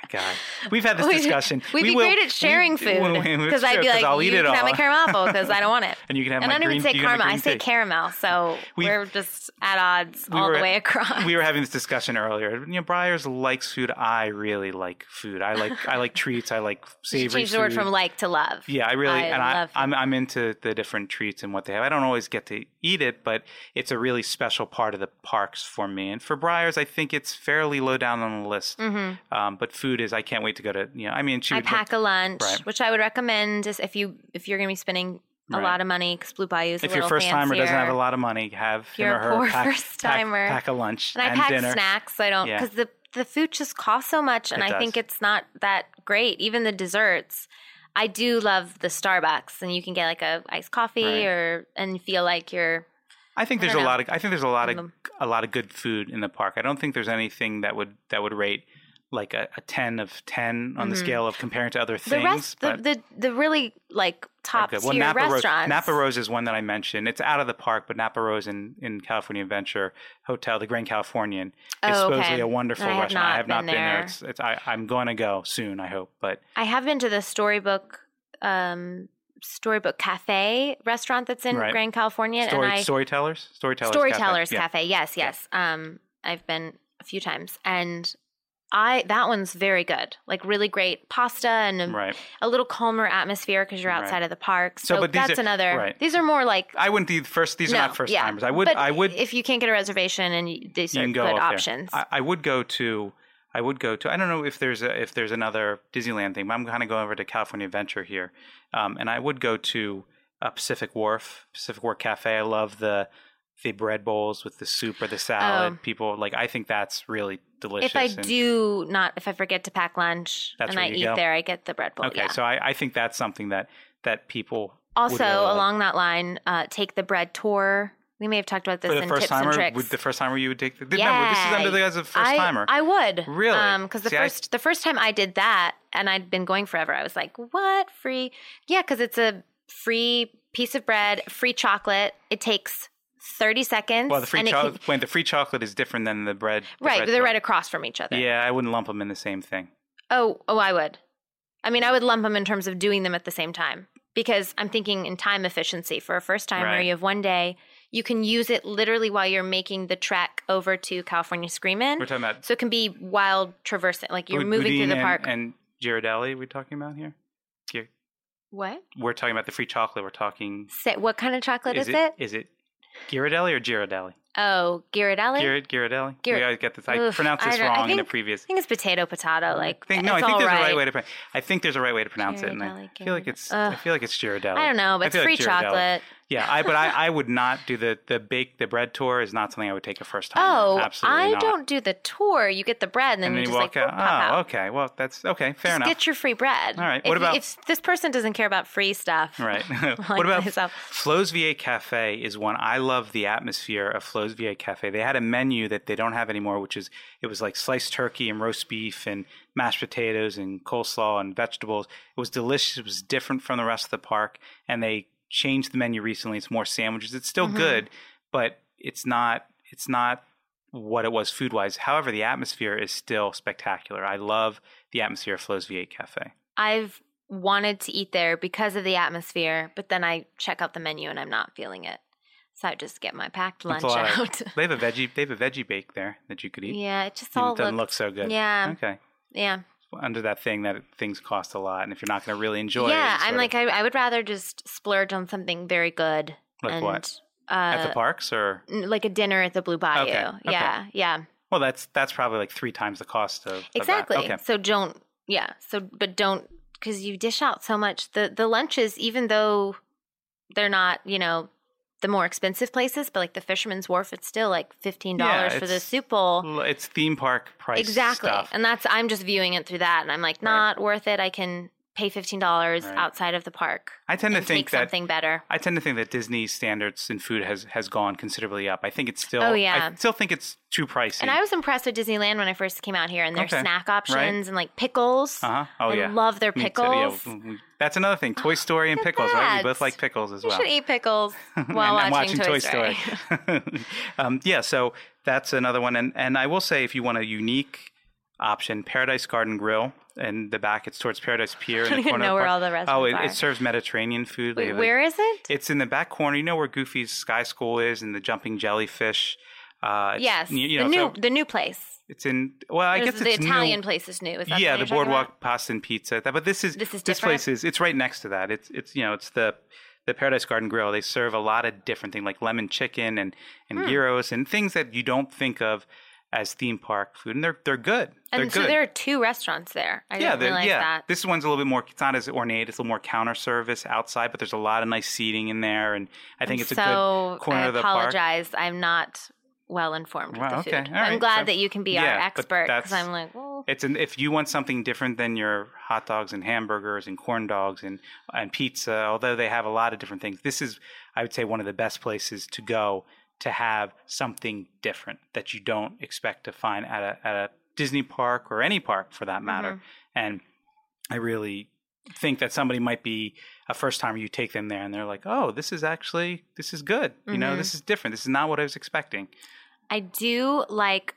God, we've had this
We'd-
discussion.
We'd
We
be
will-
great at sharing
we- well,
food
it's
because I'd
true,
be like,
I'll eat
you
it
can
all.
have my caramel because I don't want it.
And you can have
and
my
I don't
green
even say
you can have my
karma. I
green
say
tea.
caramel. So
We-
we, are just at odds
We
all
were
the
at-
way across.
we were having this discussion earlier. You know, Briars likes food. I really like food. I like I like treats. I like
You should
savory
change the word
food.
from like to love.
Yeah, I really
I
and I,
love food.
I'm I'm into the different treats and what they have. I don't always get to eat it, but it's a really special part of the parks for me. And for Briars, I think it's fairly low down on the list. Um, but food is. I can't wait to go to. You know, I mean, she
Mm-hmm. I
would-
pack a lunch,
Right.
which I would recommend just if you if you're going to be spending a
Right.
lot of money because Blue Bayou's a
if
little
your first timer doesn't have a
fancier.
lot of money, have him
You're
or
a
her
poor
pack,
first-timer.
pack, pack a lunch
And I pack
dinner.
snacks. So I don't
Yeah.
because the the food just costs so much, and
It
I think
does.
it's not that great. Even the desserts, I do love the Starbucks, and you can get like a iced coffee
Right.
or and feel like you're
I think
I
there's
don't
a
know.
lot of I think there's a lot of
Random.
a lot of good food in the park. I don't think there's anything that would that would rate like a, a ten of ten on the
Mhm.
scale of comparing to other
the
things.
rest
but
the, the the really like
are
top
good.
tier
well, Napa Rose,
restaurants.
Napa Rose is one that I mentioned. It's out of the park, but Napa Rose in, in California Adventure Hotel, the Grand Californian, is
Oh, okay.
supposedly a wonderful
I have
restaurant. I
not
have
been
not been
there.
It's, it's I, I'm going to go soon. I hope, but
I have been to the Storybook um Storybook Cafe restaurant that's in
Right.
Grand Californian,
story,
and I
storytellers, storytellers,
Storytellers
Cafe. Yeah.
Cafe. Yes, yes. Um, I've been a few times, and I that one's very good. Like really great pasta and a,
Right.
a little calmer atmosphere because you're
Right.
outside of the park.
So,
So,
but these
that's
are-
another.
right.
These are more like
I wouldn't be the first. These
no,
are not first
yeah.
timers. I would.
But
I would.
if you can't get a reservation and you, these
you
are
can go
good
up there.
options.
I, I would go to. I would go to. I don't know if there's a, if there's another Disneyland thing, but I'm kind of going over to California Adventure here, um, and I would go to uh, Pacific Wharf, Pacific Wharf Cafe. I love the the bread bowls with the soup or the salad.
Oh.
People like. I think that's really delicious.
if I
and-
do not, if I forget to pack lunch
That's
and
where
I
you
eat
go.
there, I get the bread bowl.
okay,
yeah.
so I, I think that's something that that people would
also
really like.
along that line, uh, take the bread tour. We may have talked about this
for the
in
first
tips and
timer.
tricks.
Would the first timer you would take? The, Remember, this is
Yeah.
under the guise of first
I-
timer.
I would
Really?
because the
See, I-
first the first time I did that, and I'd been going forever. I was like, "What free?" Yeah, because it's a free piece of bread, free chocolate. It takes thirty seconds.
Well, the free
and it
chocolate.
can-
Wait, the free chocolate is different than the bread. the
right?
bread
they're
chocolate.
right across from each other.
Yeah, I wouldn't lump them in the same thing.
Oh, oh, I would. I mean, I would lump them in terms of doing them at the same time because I'm thinking in time efficiency for a first timer.
Right.
You have one day. You can use it literally while you're making the trek over to California Screamin'.
We're talking about
So it can be wild traversing, like you're
Ud-
moving through
Udine
the
and-
park.
And Girardelli, we're talking about here. Here-
what?
We're talking about the free chocolate. We're talking.
Say, what kind of chocolate is,
is
it?
Is it Girardelli or Girardelli?
Oh, Ghirardelli.
Girard Girardelli.
Gir-
we always get this. I
Oof,
pronounced
I
this
don't- I
wrong in the
think-
previous. Mm,
I think it's potato potato. Like
Think- no, I
it's
think
all
there's a right
right.
way to. Pro- I think there's a right way to pronounce it, and I
Girardelli,
feel like
Girardelli.
it's. I
Ugh.
feel like it's Girardelli.
I don't know, but
I
it's
feel
free
like Girardelli.
chocolate.
Yeah, I but I, I would not do the the bake the bread tour is not something I would take a first time.
Oh,
absolutely
I
not.
don't do the tour. You get the bread, and then
And
you
then you
just
walk
like
out.
whoop, pop out.
Oh, okay. Well, that's okay. Fair
Just
enough.
get your free bread.
All right,
If
what
you-
about-
If this person doesn't care about free stuff,
Right.
Like
what about
myself.
Flo's VA Cafe is one I love the atmosphere of Flo's VA Cafe. They had a menu that they don't have anymore, which is it was like sliced turkey and roast beef and mashed potatoes and coleslaw and vegetables. It was delicious. It was different from the rest of the park, and they changed the menu recently. It's more sandwiches. It's still
Mhm.
good, but it's not. It's not what it was food wise. However, the atmosphere is still spectacular. I love the atmosphere of Flo's VA Cafe.
I've wanted to eat there because of the atmosphere, but then I check out the menu and I'm not feeling it, so I just get my packed
That's
lunch
a lot of-
out.
They have a veggie. They have a veggie bake there that you could eat.
yeah, it just
It
all
doesn't
looked,
look so good.
Yeah,
Okay.
yeah,
Under that thing that things cost a lot, and if you're not going to really enjoy it,
yeah.
it's
I'm
sort
like, uh,
of-
I, I would rather just splurge on something very good.
Like
and,
what?
Uh,
at the parks or
n- like a dinner at the Blue Bayou.
Okay, okay.
Yeah, yeah,
well, that's that's probably like three times the cost of of that.
exactly.
Okay.
So don't, yeah. So but don't because you dish out so much. The the lunches, even though they're not, you know, the more expensive places, but like the Fisherman's Wharf, it's still like fifteen dollars
Yeah,
for the
it's
soup bowl.
Well, It's theme park price
Exactly,
stuff.
and that's I'm just viewing it through that, and I'm like,
Right.
not worth it. I can pay fifteen dollars
Right.
outside of the park
I tend to
and
think
take
that
something better.
I tend to think that Disney's standards in food has has gone considerably up. I think it's still.
Oh, yeah.
I still think it's too pricey.
And I was impressed with Disneyland when I first came out here and their
Okay.
snack options and like pickles.
uh huh. Oh
I
yeah.
love their
Me too. Yeah,
pickles.
w- w- that's another thing. Toy Story and
look at
pickles, right? We
that.
both like pickles as
You
well.
should eat pickles
And
while
I'm
watching, Toy, Story.
Story. um, yeah, so that's another one, and and I will say, if you want a unique option, Paradise Garden Grill. In the back, it's towards Paradise
I
Pier. in
don't
the
even
corner of
know where
park.
all the
Oh,
restaurants
it,
are.
it serves Mediterranean food. They
Wait,
have, like,
where is it?
It's in the back corner. You know where Goofy's Sky School is and the jumping jellyfish. Uh, it's-
yes,
you, you know,
the new
so
the new place.
it's in. Well, I
There's
guess
the
it's new-
Italian place is new. Is that
yeah,
the, one you're
the
talking about?
boardwalk pasta and pizza. That, but this is
This is
place is it's right next to that. It's it's you know it's the the Paradise Garden Grill. They serve a lot of different things like lemon chicken and and
Hmm.
gyros and things that you don't think of as theme park food, and they're they're good.
And
they're
so
good.
there are two restaurants there. I
yeah,
didn't
they're-
realize
yeah.
that.
This one's a little bit more. It's not as ornate. It's a little more counter service outside, but there's a lot of nice seating in there, and I think it's
so
a good corner
I
of the park.
apologize. I'm not well informed
Wow,
with the
okay.
food.
All
But I'm
right.
glad
So-
that you can be
Yeah,
our
but
expert because
that's-
I'm like, well,
It's an if you want something different than your hot dogs and hamburgers and corn dogs and and pizza, although they have a lot of different things. This is I would say one of the best places to go to have something different that you don't expect to find at a at a Disney park or any park for that matter. And I really think that somebody might be a first timer you take them there and they're like, "Oh, this is actually this is good. You know,
Mhm.
this is different. This is not what I was expecting."
I do like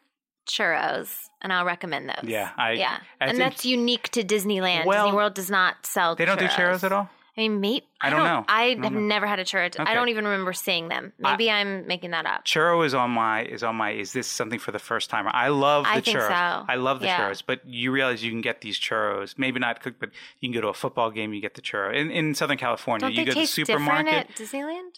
churros, and I'll recommend those.
Yeah, I-
yeah,
I
and
think-
that's unique to Disneyland.
Well,
Disney World does not sell.
They don't do churros at all?
I mean, maybe
I don't know.
I,
I don't
have
know.
never had a churro. I
Okay.
don't even remember seeing them.
I-
Maybe I, am making that up.
churro is on my is on my is this something for the first timer i love the
I think
churros
so.
i love the
Yeah.
churros but you realize you can get these churros maybe not cooked but you can go to a football game you get the churro in, in southern california
Don't they
you go to the
taste different
supermarket
at Disneyland?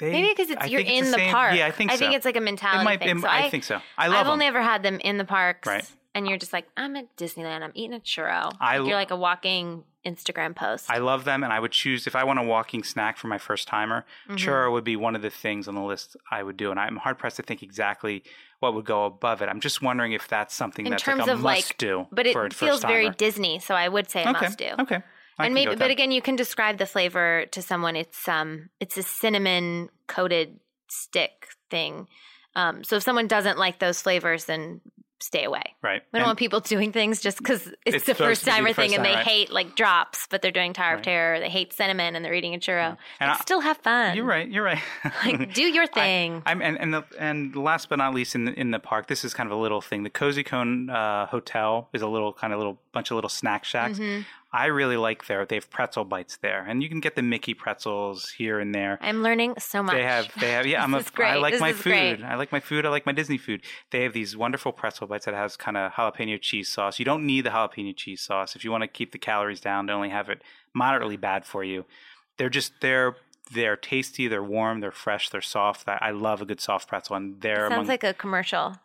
they-
Maybe because
I
it's you're
think
in the,
same-
park.
yeah i think
I
so
think it's like a mentality
it might,
thing.
it-
so
I, think so i
I've
love
only
them
ever had them in the parks.
Right.
And you're just like, I'm at Disneyland. I'm eating a churro. Like,
I l-
you're like a walking Instagram post.
i love them and i would choose if i want a walking snack for my first timer
Mhm.
churro would be one of the things on the list i would do and i'm hard pressed to think exactly what would go above it i'm just wondering if that's something
In
that's
terms
like a
of, like-
must do
but it
for a
feels
first
very
timer.
Disney, so I would say a
okay
must do.
okay I can
And
go
maybe,
with that.
but again, you can describe the flavor to someone. It's um, it's a cinnamon coated stick thing. Um, so if someone doesn't like those flavors, then stay away.
Right.
We don't
And-
want people doing things just because it's,
It's
the
supposed
first
to be the
timer thing,
first
and
time,
they
right.
hate like drops, but they're doing Tower of
Right.
Terror. They hate cinnamon, and they're eating a churro.
And
Like,
I-
still have fun.
You're right. You're right.
Like do your thing.
I'm, and and the, and last but not least in the, in the park, this is kind of a little thing. The Cozy Cone uh, Hotel is a little kind of little bunch of little snack shacks.
Mm-hmm.
I really like their. They have pretzel bites there, and you can get the Mickey pretzels here and there.
I'm learning so much.
They have, they have, yeah. I'm a,
This is great.
I like
This
my
is
food.
great.
I like my food. I like my Disney food. They have these wonderful pretzel bites that has kind of jalapeno cheese sauce. You don't need the jalapeno cheese sauce if you want to keep the calories down to only have it moderately bad for you. They're just they're they're tasty. They're warm. They're fresh. They're soft. I I love a good soft pretzel, and they're
Sounds
among
like a commercial.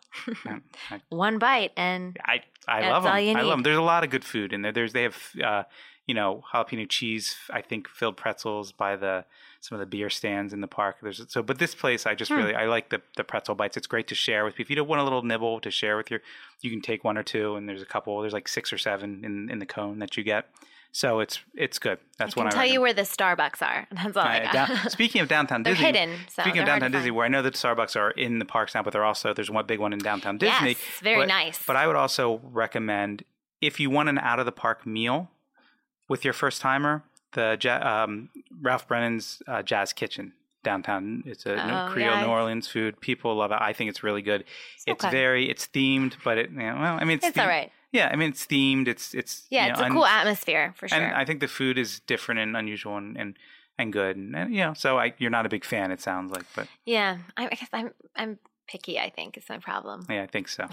I-
One bite and
I I
That's
love them.
all you
I
need.
love them. There's a lot of good food in there. There's they have uh, you know jalapeno cheese. I think filled pretzels by the some of the beer stands in the park. There's so, but this place I
Hmm.
just really I like the the pretzel bites. It's great to share with. If you don't want a little nibble to share with your, you can take one or two. And there's a couple. There's like six or seven in in the cone that you get. So it's it's good.
I
That's what
can
I
tell you
recommend.
where the Starbucks are. That's all I,
Uh,
got.
down- speaking of downtown
they're
Disney,
hidden. So
Speaking
they're
of
hard to
downtown Disney,
find.
where I know that Starbucks are in the parks now, but they're also there's one big one in downtown Disney.
Yes, very
but,
nice.
But I would also recommend if you want an out of the park meal with your first timer, the ja- um, Ralph Brennan's uh, Jazz Kitchen downtown. It's a
Oh,
Creole
yeah.
New Orleans food. People love it. I think it's really good. It's
okay.
very it's themed, but it yeah, well, I mean it's,
it's all
themed-
right.
Yeah, I mean it's themed. It's it's
Yeah,
you know,
it's a
un-
cool atmosphere for sure.
and I think the food is different and unusual and and, and good and, and you know so I, you're not a big fan it sounds like but
yeah, I, I guess I'm I'm picky. I think is my problem.
yeah I think so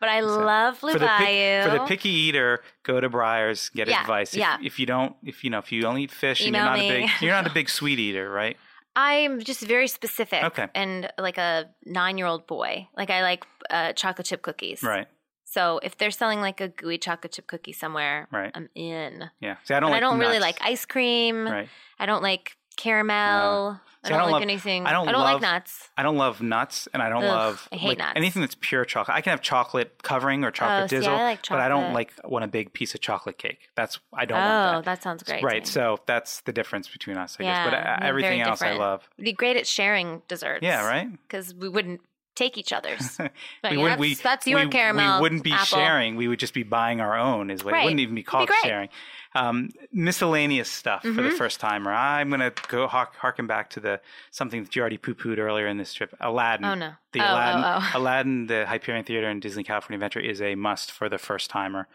But I
So,
love Blue
for the pic-
Bayou.
for the picky eater go to Briar's get
Yeah,
advice if,
yeah.
if you don't if you know if you only eat fish
Email
and
me.
you're not a big you're not a big sweet eater right
I'm just very specific.
Okay.
And like a nine year old boy, like I like uh, chocolate chip cookies.
right
So if they're selling like a gooey chocolate chip cookie somewhere,
Right.
I'm in.
yeah see I don't
But
like
I don't really
nuts.
like ice cream.
right
I don't like caramel. I,
See,
don't
I don't
like
love-
anything.
I don't
like
love-
nuts.
I don't love nuts and I don't
Ugh,
love
I hate
like,
nuts. Oh,
anything that's pure chocolate I can have chocolate covering or chocolate
see, I
drizzle,
like
but I don't
chocolate.
like want a big piece of chocolate cake that's I don't
oh,
want that
that. sounds great. to
right.
me.
So that's the difference between us, I guess. But
Yeah,
uh,
we're
everything
very
else I
different.
love.
We'd be great at sharing desserts.
Yeah, right.
Because we wouldn't take each other's. But yeah,
wouldn't-
that's, that's your
we-
caramel.
We wouldn't be
apple.
sharing. We would just be buying our own. Is what
Right.
it wouldn't even be
It'd be
called
great. Mm-hmm.
sharing. um, miscellaneous stuff for the first time. Or I'm going to go hark- harken back to the something that you already poo pooed earlier in this trip Aladdin.
Oh, no.
The
Oh, oh,
Aladdin,
oh.
Aladdin, the Hyperion Theater and Disney California Adventure is a must for the first timer.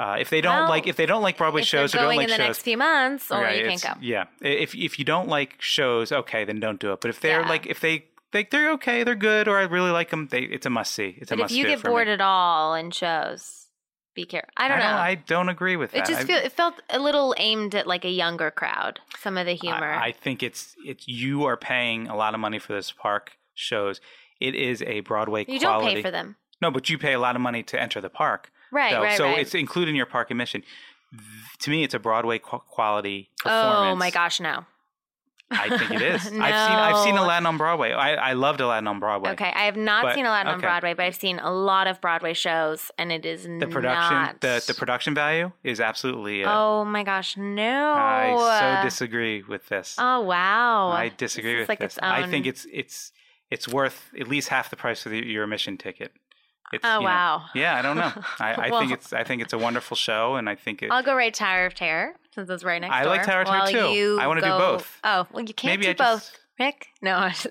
Uh, if they don't
Well,
like if they don't like Broadway
if
shows or
they're going
don't like
in the
shows,
next few months, or
Right,
you can't
it's-
go.
Yeah. I- If if you don't like shows, okay, then don't do it. But if they're
Yeah.
like if they they they're okay, they're good, or I really like them, they it's a must see. It's a
But if
must
you
do
get
for me.
bored at all in shows, be careful. I don't know.
I don't agree with that.
it just
I-
feel, it felt a little aimed at like a younger crowd. Some of the humor.
I, I think it's it's you are paying a lot of money for this park shows. It is a Broadway
you don't
quality.
pay for them,
No, but you pay a lot of money to enter the park.
right?
though.
right.
so
right.
it's included in your park admission. Th- To me, it's a Broadway qu- quality performance.
oh my gosh, no.
I think it is. I've seen I've seen
No.
Aladdin on Broadway. I, I loved Aladdin on Broadway.
Okay, I have not
But-
seen Aladdin on
okay.
Broadway, but I've seen a lot of Broadway shows, and it is
the production
not-
the, the production value is absolutely uh,
Oh my gosh, no!
I so disagree with this.
Oh wow!
I disagree
is
with
like
this.
its
I think
own-
it's it's it's worth at least half the price of the, your admission ticket. It's,
Oh
you know-
wow!
yeah, I don't know. I, I
Well-
think it's I think it's a wonderful show, and I think it.
I'll go rate Tower of Terror since it's right next
I
door.
like Tower of Terror,
while
too.
You
I wanna do
go-
both.
Oh well, you can't
maybe
do
I
both,
just
Rick. No, if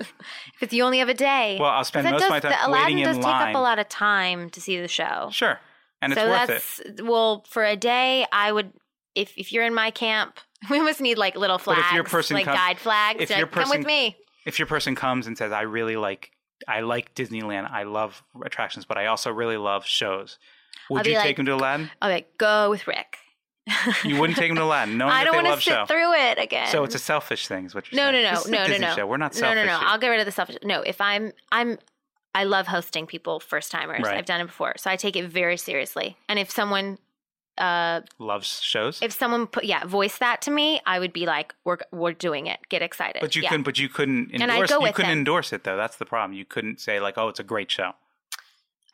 it's you only have a day.
well, I'll spend
that
most
does,
of my time
the Aladdin
waiting in
does take
line.
up a lot of time to see the show.
Sure, and it's
so
worth it.
that's well for a day. I would if if you're in my camp, we must need like little
But
flags,
if your person
like
comes-
guide flags.
if
You're
your
like, come with
person-
me.
If your person comes and says, "I really like." I like Disneyland. I love attractions, but I also really love shows. Would
I'll be
you
like,
take him to Aladdin?
I'll be like, go with Rick.
You wouldn't take him to Aladdin, knowing
I
that
don't
they
want
love
to sit
show.
through it again.
So it's a selfish thing, is what you're
no, no,
saying.
no,
This is the
no, no,
Disney
no.
Show. We're not
no,
selfish.
no, no.
here.
I'll get rid of the selfish. No, if I'm, I'm, I love hosting people first timers.
Right.
I've done it before, so I take it very seriously. And if someone, uh,
Loves shows,
if someone put, yeah, voice that to me, I would be like, we're we're doing it. Get excited.
but you
yeah.
couldn't. But you couldn't
And I'd
endorse.
go
You
with
couldn't
them.
endorse it though. That's the problem. You couldn't say like, "Oh, it's a great show."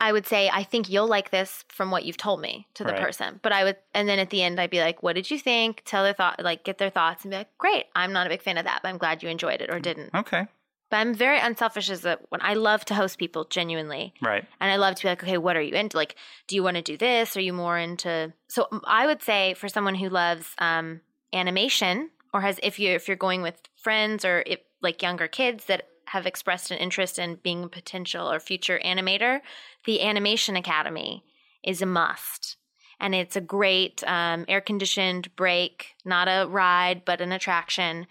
I would say, I think you'll like this from what you've told me to the
Right.
person. But I would, and then at the end, I'd be like, what did you think? Tell their thought, like get their thoughts and be like, great, I'm not a big fan of that, but I'm glad you enjoyed
Mm-hmm.
it or didn't.
Okay,
But I'm very unselfish as a, when I love to host people genuinely.
right.
And I love to be like, okay, what are you into? Like, do you want to do this? Are you more into? So I would say for someone who loves um, animation or has, if you if you're going with friends or if, like younger kids that have expressed an interest in being a potential or future animator, the Animation Academy is a must. And it's a great um, air conditioned break, not a ride, but an attraction.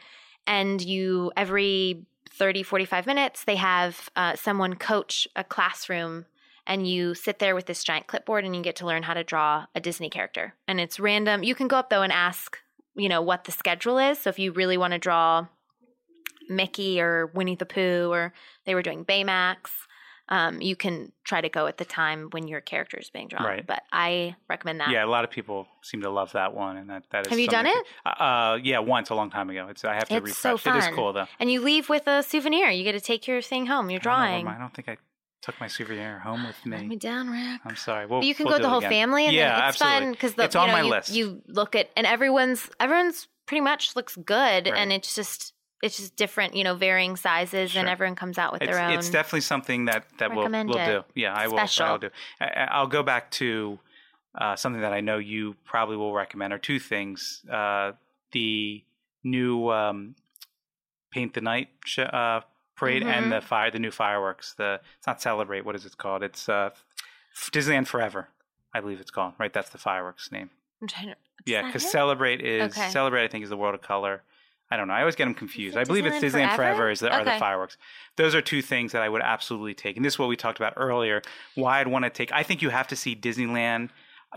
And you, every 30, 45 minutes, they have uh, someone coach a classroom, and you sit there with this giant clipboard and you get to learn how to draw a Disney character. And it's random. You can go up though and ask, you know, what the schedule is. So if you really want to draw Mickey or Winnie the Pooh, or they were doing Baymax. Um, you can try to go at the time when your character is being drawn.
Right.
But I recommend that.
Yeah, a lot of people seem to love that one, and that that is.
Have you done
something- Uh, yeah, once a long time ago. It's I have to
It's so
refresh. It is
fun.
cool though.
And you leave with a souvenir. You get to take your thing home, your
I don't, know,
drawing.
I don't think I took my souvenir home with
Let me
me.
down, Rick.
I'm sorry. Well,
But you can
we'll
go
do
the
it
whole
again.
family, and
yeah,
then it's
absolutely.
fun because the
It's
you
on
know,
my
you,
list.
you look at and everyone's everyone's pretty much looks good,
Right.
and it's just it's just different, you know, varying sizes, and
Sure.
everyone comes out with
it's,
their own.
it's definitely something that that we'll,
Recommend
we'll
it.
do. Yeah, I will. I
Special.
will do. I, I- I'll go back to uh, something that I know you probably will recommend, or two things: uh, the new um, Paint the Night sh- uh, parade
Mhm.
and the fire, the new fireworks. The it's not celebrate. What is it called? It's uh, F- Disneyland Forever, I believe it's called. Right, that's the fireworks name.
I'm trying to, is
Yeah,
that
because
it?
celebrate is
Okay.
celebrate. I think is the world of color. I don't know. I always get them confused.
it
I believe it's
Disneyland
Disneyland
Forever?
Forever, is the, are
Okay.
the fireworks. Those are two things that I would absolutely take. And this is what we talked about earlier. Why I'd want to take. I think you have to see Disneyland.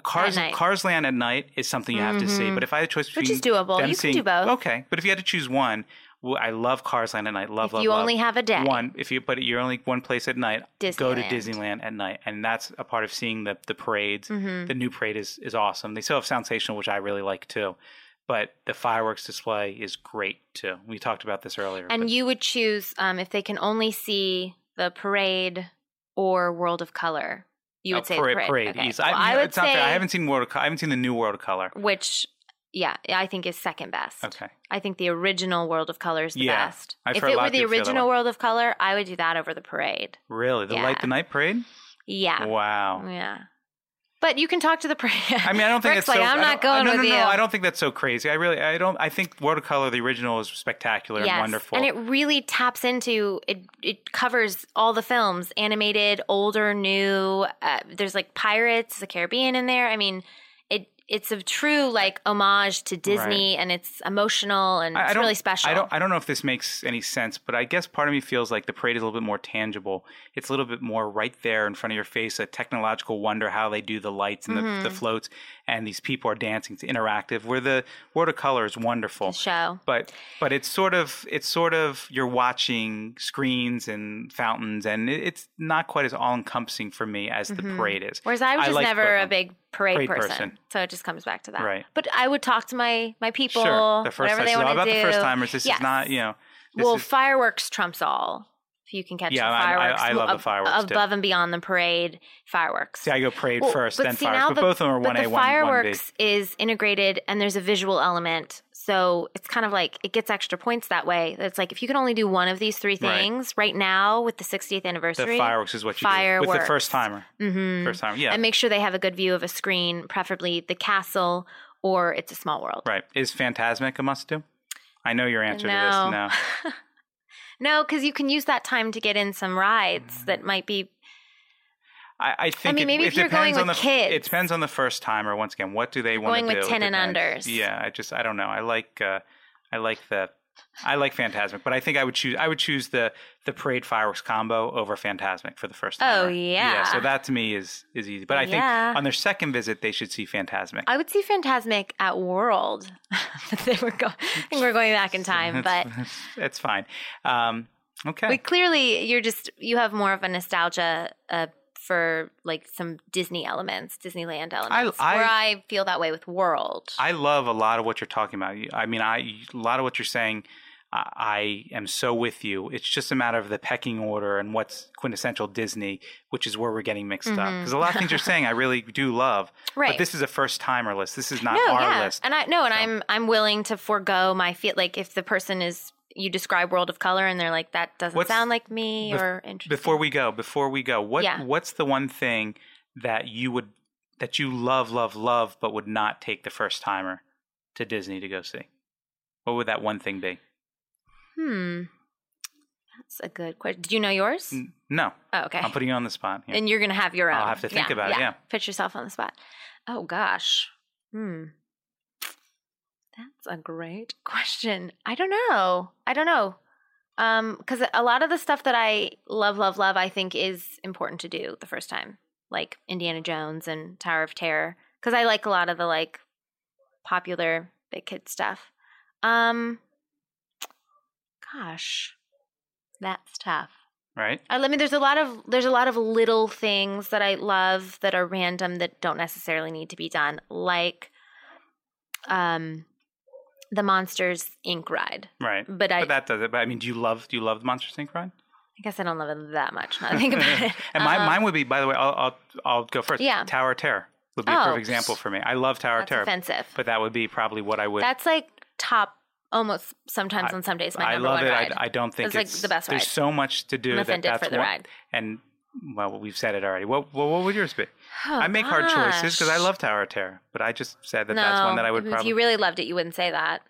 Cars
night.
Cars Land at night is something you have to see.
Mhm.
But if I had a choice between
which is doable.
them
You can
seeing-
do both.
Okay, but if you had to choose one, well, I love Cars Land at night. Love
if
love
you
love.
only have a day,
One, if you but you're only one place at night. Go to
Disneyland.
Disneyland at night, and that's a part of seeing the the parades.
Mhm.
The new parade is is awesome. They still have Sensational, which I really like too, but the fireworks display is great too. We talked about this earlier.
And
but
you would choose um, if they can only see the parade or World of Color. You would
a
say
Oh, parade,
the parade.
parade.
Okay.
yes.
Well,
I,
I would
it's not
say
fair. I haven't seen World. Of, Co- I haven't seen the new World of Color.
which, yeah, I think is second best.
Okay,
I think the original World of Color is the
Yeah.
best.
I've
if
heard a
it
lot
were
of
the
people feel that
original
way.
World of Color, I would do that over the parade.
really? The
Yeah.
light the night parade?
Yeah,
Wow.
yeah. But you can talk to the press.
I mean, I don't think
Rick's
it's
like,
so.
I'm
I
not
don't- uh,
going
no,
with
no,
you.
no, I don't think that's so crazy. I really, I don't. I think Watercolor, the original, is spectacular and wonderful.
And it really taps into it. It covers all the films, animated, older, new. Uh, there's like Pirates, of the Caribbean in there. I mean, it it's a true like homage to Disney, and it's emotional and
I- I
it's
don't-
really special.
I don't. I don't know if this makes any sense, but I guess part of me feels like the parade is a little bit more tangible. It's a little bit more right there in front of your face. A technological wonder how they do the lights and the,
Mm-hmm.
the floats, and these people are dancing. It's interactive. Where the watercolor is wonderful.
the show.
But but it's sort of it's sort of you're watching screens and fountains, and it, it's not quite as all encompassing for me as the parade is.
Mm-hmm. Whereas I was just
like
never
both
a
of them.
big parade,
Parade
person.
person.
so it just comes back to that.
Right.
But I would talk to my my people.
Sure, the first
whatever they
time. This is all
want to
about
do.
the first timers. This
Yes.
is not you know. This
well,
is,
fireworks trumps all. If you can catch
Yeah,
the
I- I-
fireworks,
I love the
ab-
fireworks, too.
above and beyond the parade fireworks.
See, I go parade
Well,
first,
but
then
see,
fireworks.
now
but
the-
both of them are
but
one A,
the
one one B.
fireworks is integrated, and there's a visual element, so it's kind of like it gets extra points that way. It's like if you can only do one of these three
Right.
things right, now with the 60th
The
anniversary,
fireworks is what you do with the
Fireworks.
first timer.
Mhm.
First timer, yeah,
and make sure they have a good view of a screen, preferably the castle or it's a small world.
right. Is Phantasmic a must do? I know your answer to
No.
this. No,
No, because you can use that time to get in some rides
Mm.
that might be
I, I think.
mean,
it,
maybe
it
if you're
depends
going
on
with
the, It
kids.
depends on the first timer. Once again, what do they want
going
to
with
do?
10 and
Depends.
unders.
Yeah, I just I don't know. I like uh, I like the I like Phantasmic, but I think I would choose I would choose the the parade fireworks combo over Phantasmic for the first
Oh,
time.
yeah.
yeah. So that to me is is easy. But I think
Yeah.
on their second visit they should see Phantasmic.
I would see Fantasmic at World. they were go- I think we're going back in time, but
That's- that's fine. Um, okay.
we clearly you're just you have more of a nostalgia uh, for like some Disney elements, Disneyland elements.
I-
where I feel that way with World.
I love a lot of what you're talking about. You- I mean, I a lot of what you're saying. I I am so with you. It's just a matter of the pecking order and what's quintessential Disney, which is where we're getting mixed up.
Mhm.
Because a lot of things you're saying, I really do love.
right.
But this is a first timer list. This is not
no,
our
yeah,
list.
and I no, and
So-
I'm I'm willing to forego my feel like if the person is you describe World of Color and they're like that doesn't
What's-
sound like me
bef-
or interesting.
Before we go, before we go, what
Yeah.
what's the one thing that you would that you love, love, love, but would not take the first timer to Disney to go see? What would that one thing be?
hmm, that's a good question. Do you know yours?
N- No,
Oh, okay.
I'm putting you on the spot. Yeah.
and you're gonna have your own.
I'll have to think about it, yeah.
put yourself on the spot. Oh gosh, hmm, that's a great question. I don't know. I don't know. Um, because a lot of the stuff that I love, love, love, I think is important to do the first time, like Indiana Jones and Tower of Terror, because I like a lot of the like popular big kid stuff. Um, gosh, that's tough.
right?
I mean, there's a lot of there's a lot of little things that I love that are random that don't necessarily need to be done, like um, the Monsters Inc. ride.
Right.
But I,
but that does it. But I mean, do you love do you love the Monsters Inc. ride?
I guess I don't love it that much. Now that I think about it.
and my,
Um,
mine would be, by the way, I'll I'll, I'll go first.
Yeah.
Tower of Terror would be a
Oh.
perfect example for me. I love Tower of
that's
Terror,
offensive.
but that would be probably what I would.
that's like top almost sometimes
I-
on some days my
I
number
love
one
it.
ride.
I, I don't think
It's, like, the best
There's
ride.
so much to do
I'm
that
offended
that's
for the
one-
ride.
And well, we've said it already. What what, what would yours be?
Oh,
I make hard choices because I
gosh.
love Tower of Terror, but I just said that that's one that I would
if
probably.
you really loved it, you wouldn't say that.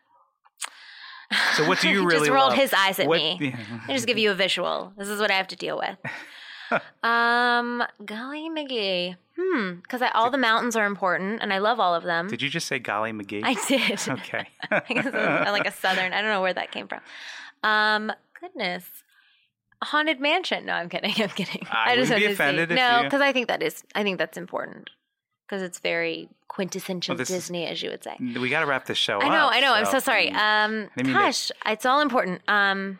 so what do you
he
really
just rolled
love?
his eyes at
What-
me.
yeah.
I just give you a visual. This is what I have to deal with. um, golly McGee. Hmm. Because all the mountains are important, and I love all of them.
Did you just say Golly McGee?
I did.
Okay.
I guess I'm like a southern. I don't know where that came from. Um, goodness. Haunted Mansion. No, I'm kidding. I'm kidding.
I wouldn't
wanted
be
to see-
offended if
No,
you-
because I think that is. I think that's important because it's very quintessential
Well, this is-
Disney, as you would say.
we got to wrap this show
I
up.
know, I know. I'm so sorry.
mm.
Um,
I mean,
gosh, it's all important. Um,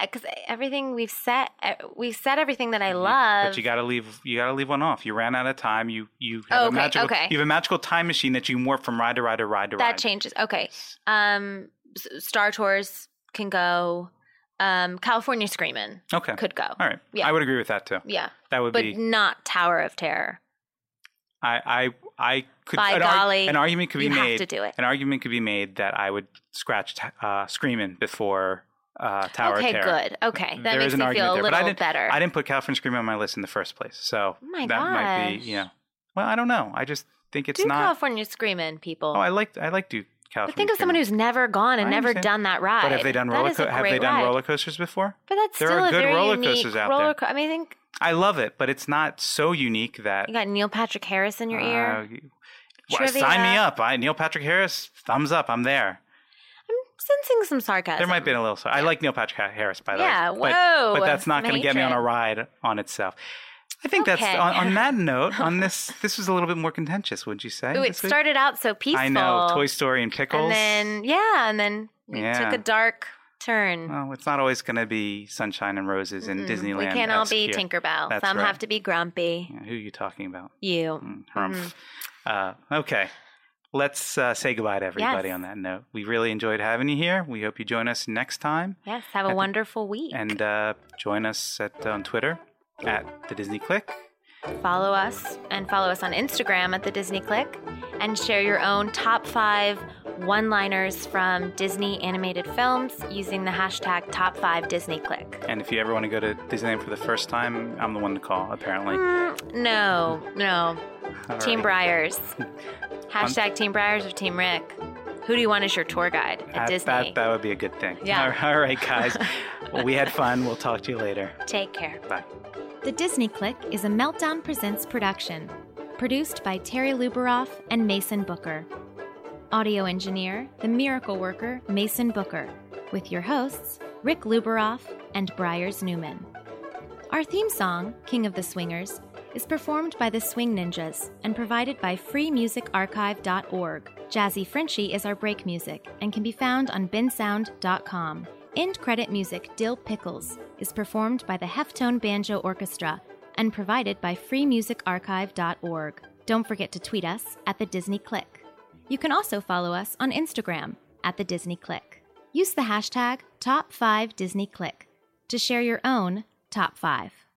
because everything we've said, we've said everything that I
You-
love.
Mm-hmm, But you gotta leave. You gotta leave one off. You ran out of time. You you have
Oh,
a
okay,
magical.
okay.
You have a magical time machine that you can warp from ride to ride to ride to
that
ride.
changes. Okay. Um, S- Star Tours can go. Um, California Screamin'
Okay.
could go.
All right.
Yeah.
I would agree with that too.
Yeah,
That would
but
be.
not Tower of Terror.
I I I could.
By
an, arg-
golly,
an argument could be
you
made.
have to do it.
An argument could be made that I would scratch t- uh, screaming before uh, Tower
okay,
of Terror.
good. Okay, that
There
makes
is an
me feel
argument
a
there, but I
little
didn't-
better. Oh
I didn't put California Screaming on my list in the first place, so
My
that might be
gosh.
yeah. Well, I don't know. I just think it's
do
not.
California screaming, people.
Oh, I like I like Duke California.
but think of someone
Screaming.
who's never gone and
I
never
understand.
done that ride.
But have they done
That
roller?
is a
Co- have they
great
done
ride.
roller coasters before?
But that's
There
still
are
a
good
very
roller
unique
coasters out
roller
there.
co- I mean, I think
I love it, but it's not so unique that
you got Neil Patrick Harris in your ear.
Uh, why- sign me
Trivia.
up. I, Neil Patrick Harris, thumbs up. I'm there.
I'm sensing some sarcasm.
There might be a little. I like Neil Patrick Ha- Harris, by the
Yeah,
way.
whoa,
But, but that's not
some
going to get me on a
hatred.
ride on itself. I think
Okay.
that's on, on that note. On this, this was a little bit more contentious. Would you say?
Ooh, it
this week?
started out so peaceful.
I know. Toy Story and pickles.
And then yeah, and then it
Yeah.
took a dark turn.
Well, it's not always going to be sunshine and roses in
Mm-mm.
Disneyland.
We can't all be
here.
Tinkerbell.
That's
Some
right.
have to be grumpy.
Yeah, who are you talking about?
You.
Mm, Harumph. Uh, okay. Let's uh, say goodbye to everybody
Yes.
on that note. We really enjoyed having you here. We hope you join us next time
Yes, have a
Happy-
wonderful week.
and uh, join us at, uh, on Twitter at the Disney Click.
follow us and follow us on Instagram at the Disney Click and share your own top five one liners from Disney animated films using the hashtag top five Disney Click.
And if you ever want to go to Disneyland for the first time, I'm the one to call, apparently.
Mm, no, no.
All
Team
right.
Briars. Hashtag Team Briars or Team Rick. Who do you want as your tour guide at
That,
Disney?
that, that would be a good thing.
Yeah.
All right, guys. well, we had fun. We'll talk to you later.
Take care.
Bye.
The Disney Click is a Meltdown Presents production, produced by Terry Luberoff and Mason Booker. Audio engineer, the miracle worker, Mason Booker, with your hosts, Rick Luberoff and Briars Newman. Our theme song, King of the Swingers, is performed by the Swing Ninjas and provided by freemusicarchive.org. Jazzy Frenchie is our break music and can be found on binsound.com. End credit music Dill Pickles is performed by the Heftone Banjo Orchestra and provided by freemusicarchive.org. Don't forget to tweet us at the Disney Click. You can also follow us on Instagram at the Disney Click. Use the hashtag Top 5 Disney Click to share your own top five.